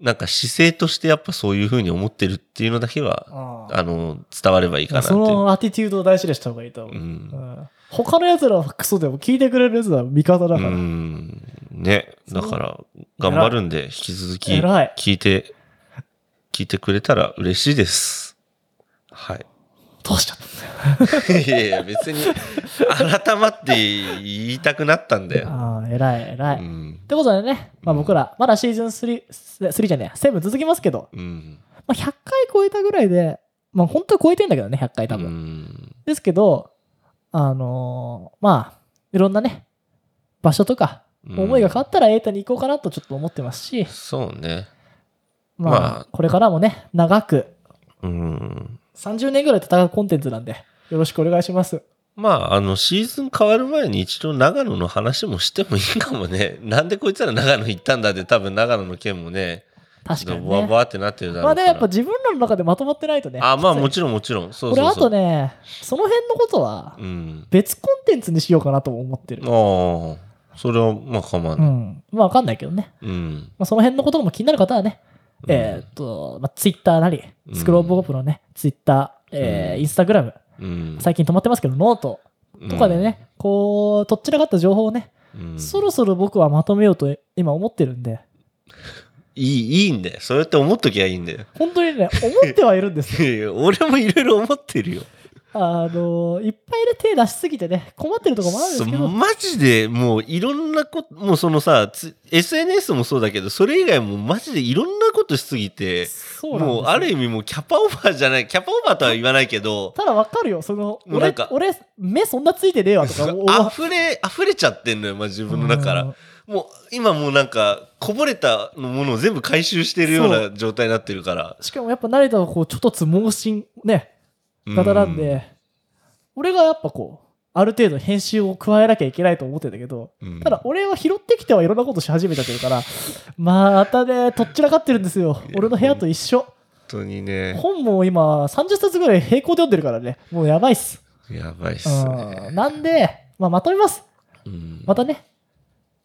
[SPEAKER 1] なんか姿勢としてやっぱそういうふうに思ってるっていうのだけは、
[SPEAKER 2] あ
[SPEAKER 1] あの、伝わればいいかなってい。
[SPEAKER 2] そうのアティテュードを大事にした方がいいと思
[SPEAKER 1] う。
[SPEAKER 2] う。うんん他のやつらはクソでも聞いてくれるやつらは味方だ
[SPEAKER 1] う
[SPEAKER 2] から。
[SPEAKER 1] ん。ね。だから、頑張るんで、引き続き、
[SPEAKER 2] 偉い。
[SPEAKER 1] 聞いて、聞いてくれたら嬉しいです。はい。
[SPEAKER 2] どうしちゃった
[SPEAKER 1] いやいや、別に、改まって言いたくなったんだ
[SPEAKER 2] んだ
[SPEAKER 1] よ。
[SPEAKER 2] よ。ああ、偉い、偉い。
[SPEAKER 1] う
[SPEAKER 2] っ
[SPEAKER 1] ん。
[SPEAKER 2] てことでね、まあ、
[SPEAKER 1] うん
[SPEAKER 2] 僕ら、まだシーズン3、3じゃねえ、7続きますけど、
[SPEAKER 1] うん。
[SPEAKER 2] まあ、100回超えたぐらいで、まあ、本当は超えてんだけどね、100回多分。
[SPEAKER 1] 分。
[SPEAKER 2] ですけど、あのーまあ、いろんなね、場所と
[SPEAKER 1] う
[SPEAKER 2] か、
[SPEAKER 1] ん
[SPEAKER 2] 思いが変わったらエータに行こうかなとちょっと思ってますし、
[SPEAKER 1] そうね。
[SPEAKER 2] まあ、
[SPEAKER 1] まあ
[SPEAKER 2] これからもね、長く、
[SPEAKER 1] うん。
[SPEAKER 2] 30年ぐらい戦うコンテンツなんで、よろしくお願いします。
[SPEAKER 1] まあ、あの、シーズン変わる前に一度長野の話もしてもいいかもね。 なんでこいつら長野行ったんだって多分長野の件もね、
[SPEAKER 2] 確
[SPEAKER 1] ちょ
[SPEAKER 2] か
[SPEAKER 1] っと
[SPEAKER 2] に
[SPEAKER 1] ボワボ
[SPEAKER 2] ね。
[SPEAKER 1] ワってなってるだ
[SPEAKER 2] ま
[SPEAKER 1] ろ
[SPEAKER 2] あ
[SPEAKER 1] う
[SPEAKER 2] で
[SPEAKER 1] から。
[SPEAKER 2] もやっぱ自分らの中でまとまってないとね。
[SPEAKER 1] あ、まあ
[SPEAKER 2] きつい
[SPEAKER 1] もちろんもちろん。そう
[SPEAKER 2] これ
[SPEAKER 1] そう
[SPEAKER 2] あ
[SPEAKER 1] そ
[SPEAKER 2] と
[SPEAKER 1] う。
[SPEAKER 2] ね、その辺のことは
[SPEAKER 1] うん。
[SPEAKER 2] 別コンテンツにしようかなとも思ってる。
[SPEAKER 1] ああ、それはまあ構わ
[SPEAKER 2] う
[SPEAKER 1] ない。
[SPEAKER 2] ん。まあわかんないけどね。
[SPEAKER 1] うん。
[SPEAKER 2] まあその辺のことも気になる方はね、
[SPEAKER 1] うん
[SPEAKER 2] えーっと、まあツイッターなり、スクローブオープのね、ツイッター、えー
[SPEAKER 1] うん
[SPEAKER 2] インスタグラム、
[SPEAKER 1] うん。
[SPEAKER 2] 最近止まってますけど、ノートとかでね、こう、とっちらかった情報をね、
[SPEAKER 1] うん、うん
[SPEAKER 2] そろそろ僕はまとめようと今思ってるんで、
[SPEAKER 1] いい、いいんだよ。そうやって思っときゃいいんだよ。
[SPEAKER 2] 本当にね、思ってはいるんですよ。
[SPEAKER 1] いやいや俺もいろいろ思ってるよ。
[SPEAKER 2] あの、いっぱいで手出しすぎてね、困ってるとこもあるんですけ
[SPEAKER 1] そう
[SPEAKER 2] ど、
[SPEAKER 1] マジでもういろんなこと、もうそのさ、つ SNS もそうだけど、それ以外もマジでいろんなことしすぎて、
[SPEAKER 2] そうなんです
[SPEAKER 1] もう
[SPEAKER 2] よ
[SPEAKER 1] ある意味もうキャパオーバーじゃない、キャパオーバーとは言わないけど、
[SPEAKER 2] ただわかるよ、その、
[SPEAKER 1] もうなん
[SPEAKER 2] 俺
[SPEAKER 1] か、
[SPEAKER 2] 俺、目そんなついてねえ わとか、わ
[SPEAKER 1] 溢れ、溢れちゃってんのよ、まあ、自分の中か
[SPEAKER 2] うん
[SPEAKER 1] ら。もう今もうなんか、こぼれたものを全部回収してるよう
[SPEAKER 2] そ
[SPEAKER 1] な状態になってるから。
[SPEAKER 2] しかもやっぱ慣れたこう、ちょっとつ盲信、ね、
[SPEAKER 1] う
[SPEAKER 2] 方なんで、俺がやっぱこう、ある程度編集を加えなきゃいけないと思ってたけど、
[SPEAKER 1] うん
[SPEAKER 2] ただ俺は拾ってきてはいろんなことし始めちゃってるから、またね、とっちらかってるんですよ。俺の部屋と一緒。
[SPEAKER 1] 本当にね、
[SPEAKER 2] 本も今30冊ぐらい並行で読んでるからね、もうやばいっす。
[SPEAKER 1] やばいっす
[SPEAKER 2] うん
[SPEAKER 1] ね。
[SPEAKER 2] なんで、まあ、まとめます。
[SPEAKER 1] うん
[SPEAKER 2] またね、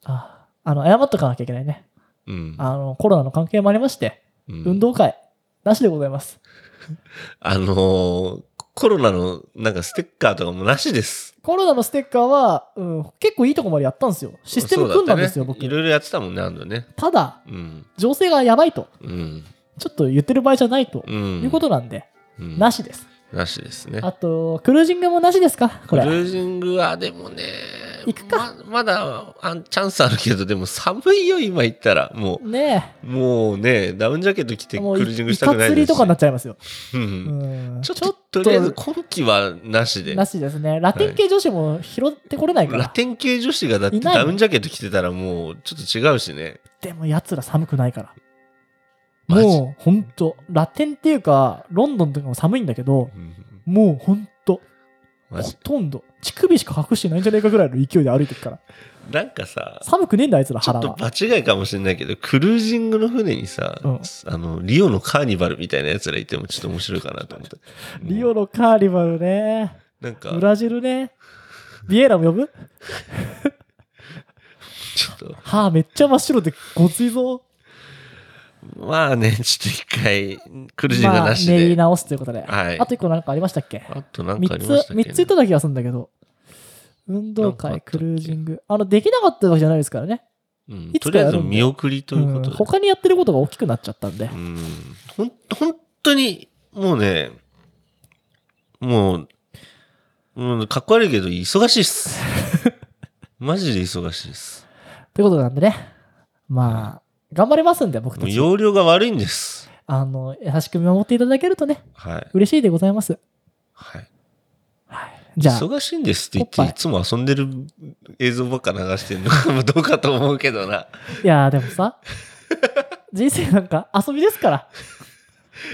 [SPEAKER 2] ああの謝っとかなきゃいけないね。
[SPEAKER 1] うん
[SPEAKER 2] あのコロナの関係もありまして、
[SPEAKER 1] うん
[SPEAKER 2] 運動会、なしでございます。
[SPEAKER 1] あのーコロナのなんかステッカーとかもなしです。
[SPEAKER 2] コロナのステッカーは、うん、結構いいとこまでやったんですよ。システム組んだんですよ、
[SPEAKER 1] そうだったね
[SPEAKER 2] 僕
[SPEAKER 1] い。ろいろやってたもんね、あのね。
[SPEAKER 2] ただ、
[SPEAKER 1] うん。
[SPEAKER 2] 情勢がやばいと、
[SPEAKER 1] うん。
[SPEAKER 2] ちょっと言ってる場合じゃないと、
[SPEAKER 1] うん。
[SPEAKER 2] いうことなんで、
[SPEAKER 1] うん
[SPEAKER 2] なしです。
[SPEAKER 1] なしですね。
[SPEAKER 2] あと、クルージングもなしですかこ
[SPEAKER 1] クル
[SPEAKER 2] れ。
[SPEAKER 1] ージングはでもね、
[SPEAKER 2] 行くか
[SPEAKER 1] ままだあんチャンスあるけど、でも寒いよ、今行ったら。も
[SPEAKER 2] ね
[SPEAKER 1] う、もうね、ダウンジャケット着
[SPEAKER 2] え、
[SPEAKER 1] てク
[SPEAKER 2] もう
[SPEAKER 1] ルー
[SPEAKER 2] い、
[SPEAKER 1] ジン
[SPEAKER 2] い
[SPEAKER 1] グしたくな
[SPEAKER 2] か
[SPEAKER 1] い
[SPEAKER 2] つ
[SPEAKER 1] で
[SPEAKER 2] り
[SPEAKER 1] す
[SPEAKER 2] と
[SPEAKER 1] し
[SPEAKER 2] かになっちゃいますよ。
[SPEAKER 1] うん
[SPEAKER 2] うん
[SPEAKER 1] ちょっと、とりあえず今季はなしで
[SPEAKER 2] な。しですね。ラテン系女子も拾ってこれないか
[SPEAKER 1] ラ
[SPEAKER 2] ら。
[SPEAKER 1] テン系女子がだって
[SPEAKER 2] いない
[SPEAKER 1] ダウンジャケット着てたらもうちょっと違うしね。
[SPEAKER 2] でも奴ら寒くないから。
[SPEAKER 1] マジ
[SPEAKER 2] もうほんと、ラテンっていうか、ロンドンとかも寒いんだけど、
[SPEAKER 1] うん
[SPEAKER 2] もうほんと、
[SPEAKER 1] マ
[SPEAKER 2] ほ
[SPEAKER 1] ジ
[SPEAKER 2] とんど、乳首しか隠してないんじゃないかぐらいの勢いで歩いてるから。
[SPEAKER 1] なんかさ、
[SPEAKER 2] 寒くねえんだ、あいつら
[SPEAKER 1] ちょ
[SPEAKER 2] 腹
[SPEAKER 1] っと
[SPEAKER 2] は。
[SPEAKER 1] 場違いかもしれないけど、クルージングの船にさ、
[SPEAKER 2] うん
[SPEAKER 1] あの、リオのカーニバルみたいなやつらいてもちょっと面白いかなと思って。
[SPEAKER 2] リオのカーニバルね。
[SPEAKER 1] なんか、
[SPEAKER 2] ブラジルね。ビエイラも呼ぶ
[SPEAKER 1] ちょっと、
[SPEAKER 2] 歯めっちゃ真っ白でごついぞ。
[SPEAKER 1] まあね、ちょっと一回、クルージング
[SPEAKER 2] まあ、
[SPEAKER 1] なし
[SPEAKER 2] 練り
[SPEAKER 1] で。
[SPEAKER 2] 直すということで。
[SPEAKER 1] はい
[SPEAKER 2] あと一個なんかありましたっけ
[SPEAKER 1] あ、となんかあ
[SPEAKER 2] 三
[SPEAKER 1] りまし
[SPEAKER 2] つ、
[SPEAKER 1] たっけ、ね、
[SPEAKER 2] 三つ言っただけはするんだけど。運動
[SPEAKER 1] なん
[SPEAKER 2] 会、
[SPEAKER 1] かあった
[SPEAKER 2] ク
[SPEAKER 1] っけ
[SPEAKER 2] ルージング。あの、できなかったわけじゃないですからね。
[SPEAKER 1] うん
[SPEAKER 2] い
[SPEAKER 1] とり
[SPEAKER 2] つか
[SPEAKER 1] あえ
[SPEAKER 2] や
[SPEAKER 1] ず
[SPEAKER 2] るんで
[SPEAKER 1] 見送りということ
[SPEAKER 2] うん
[SPEAKER 1] で。
[SPEAKER 2] 他にやってることが大きくなっちゃったんで
[SPEAKER 1] う。ん、ほん、本当に、もうね、もう、もうかっこ悪いけど、忙しいっ す。マジで忙しいっす。
[SPEAKER 2] ということなんでね。まあ、頑張りますんで、僕
[SPEAKER 1] も
[SPEAKER 2] た
[SPEAKER 1] う
[SPEAKER 2] ち。
[SPEAKER 1] 容量が悪いんです。
[SPEAKER 2] あの、優しく見守っていただけるとね、
[SPEAKER 1] はい。
[SPEAKER 2] 嬉しいでございます。
[SPEAKER 1] はい。
[SPEAKER 2] じゃあ、
[SPEAKER 1] 忙しいんですって言
[SPEAKER 2] おっ
[SPEAKER 1] っ
[SPEAKER 2] ぱい
[SPEAKER 1] て、いつも遊んでる映像ばっか流してるのか もどうかと思うけどな。
[SPEAKER 2] いやーで もさ、人生なんか遊びですから。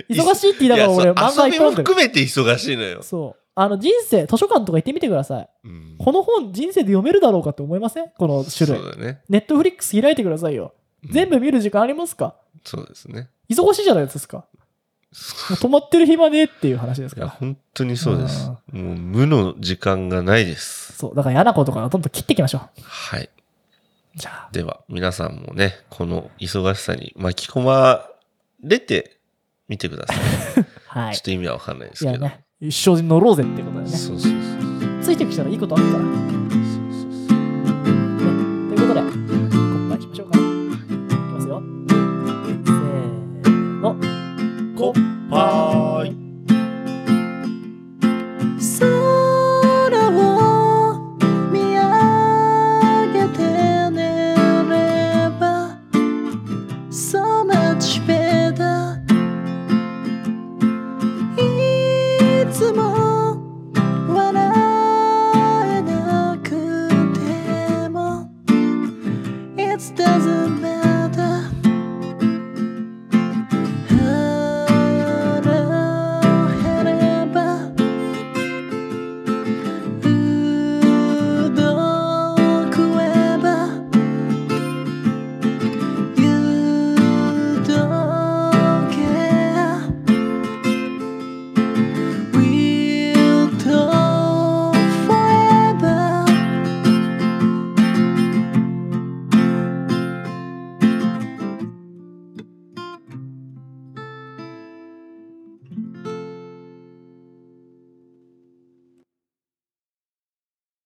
[SPEAKER 2] 忙しいって言いながら
[SPEAKER 1] い
[SPEAKER 2] 俺、
[SPEAKER 1] や
[SPEAKER 2] 漫画
[SPEAKER 1] そう遊
[SPEAKER 2] 一
[SPEAKER 1] び
[SPEAKER 2] 本
[SPEAKER 1] も
[SPEAKER 2] 読んで
[SPEAKER 1] 含
[SPEAKER 2] る。
[SPEAKER 1] めて忙しいのよ。
[SPEAKER 2] そう。あの、人生、図書館とか行ってみてください。
[SPEAKER 1] うん
[SPEAKER 2] この本、人生で読めるだろうかって思いませんこの種
[SPEAKER 1] そう
[SPEAKER 2] 類。
[SPEAKER 1] だね。
[SPEAKER 2] ネットフリックス開いてくださいよ。
[SPEAKER 1] うん
[SPEAKER 2] 全部見る時間ありますか
[SPEAKER 1] そうです ね。
[SPEAKER 2] 忙しいじゃないですか。もう止まってる暇ねえっていう話です
[SPEAKER 1] い
[SPEAKER 2] か
[SPEAKER 1] や、
[SPEAKER 2] ら。
[SPEAKER 1] 本当にそうです。もう無の時間がないです。
[SPEAKER 2] そう。だから嫌なことからどんどん切っていきましょう。
[SPEAKER 1] はい。
[SPEAKER 2] じゃあ、
[SPEAKER 1] では、皆さんもね、この忙しさに巻き込まれてみてください。
[SPEAKER 2] はい。
[SPEAKER 1] ちょっと意味はわかんないです
[SPEAKER 2] い
[SPEAKER 1] け
[SPEAKER 2] や
[SPEAKER 1] ど。
[SPEAKER 2] ね、一生乗ろうぜってことだよね。
[SPEAKER 1] そうそうそう
[SPEAKER 2] ついてきたらいいことあるから。ね、
[SPEAKER 1] そうそう。
[SPEAKER 2] ということで、乾杯しましょうか。いきますよ。せーの。
[SPEAKER 1] こ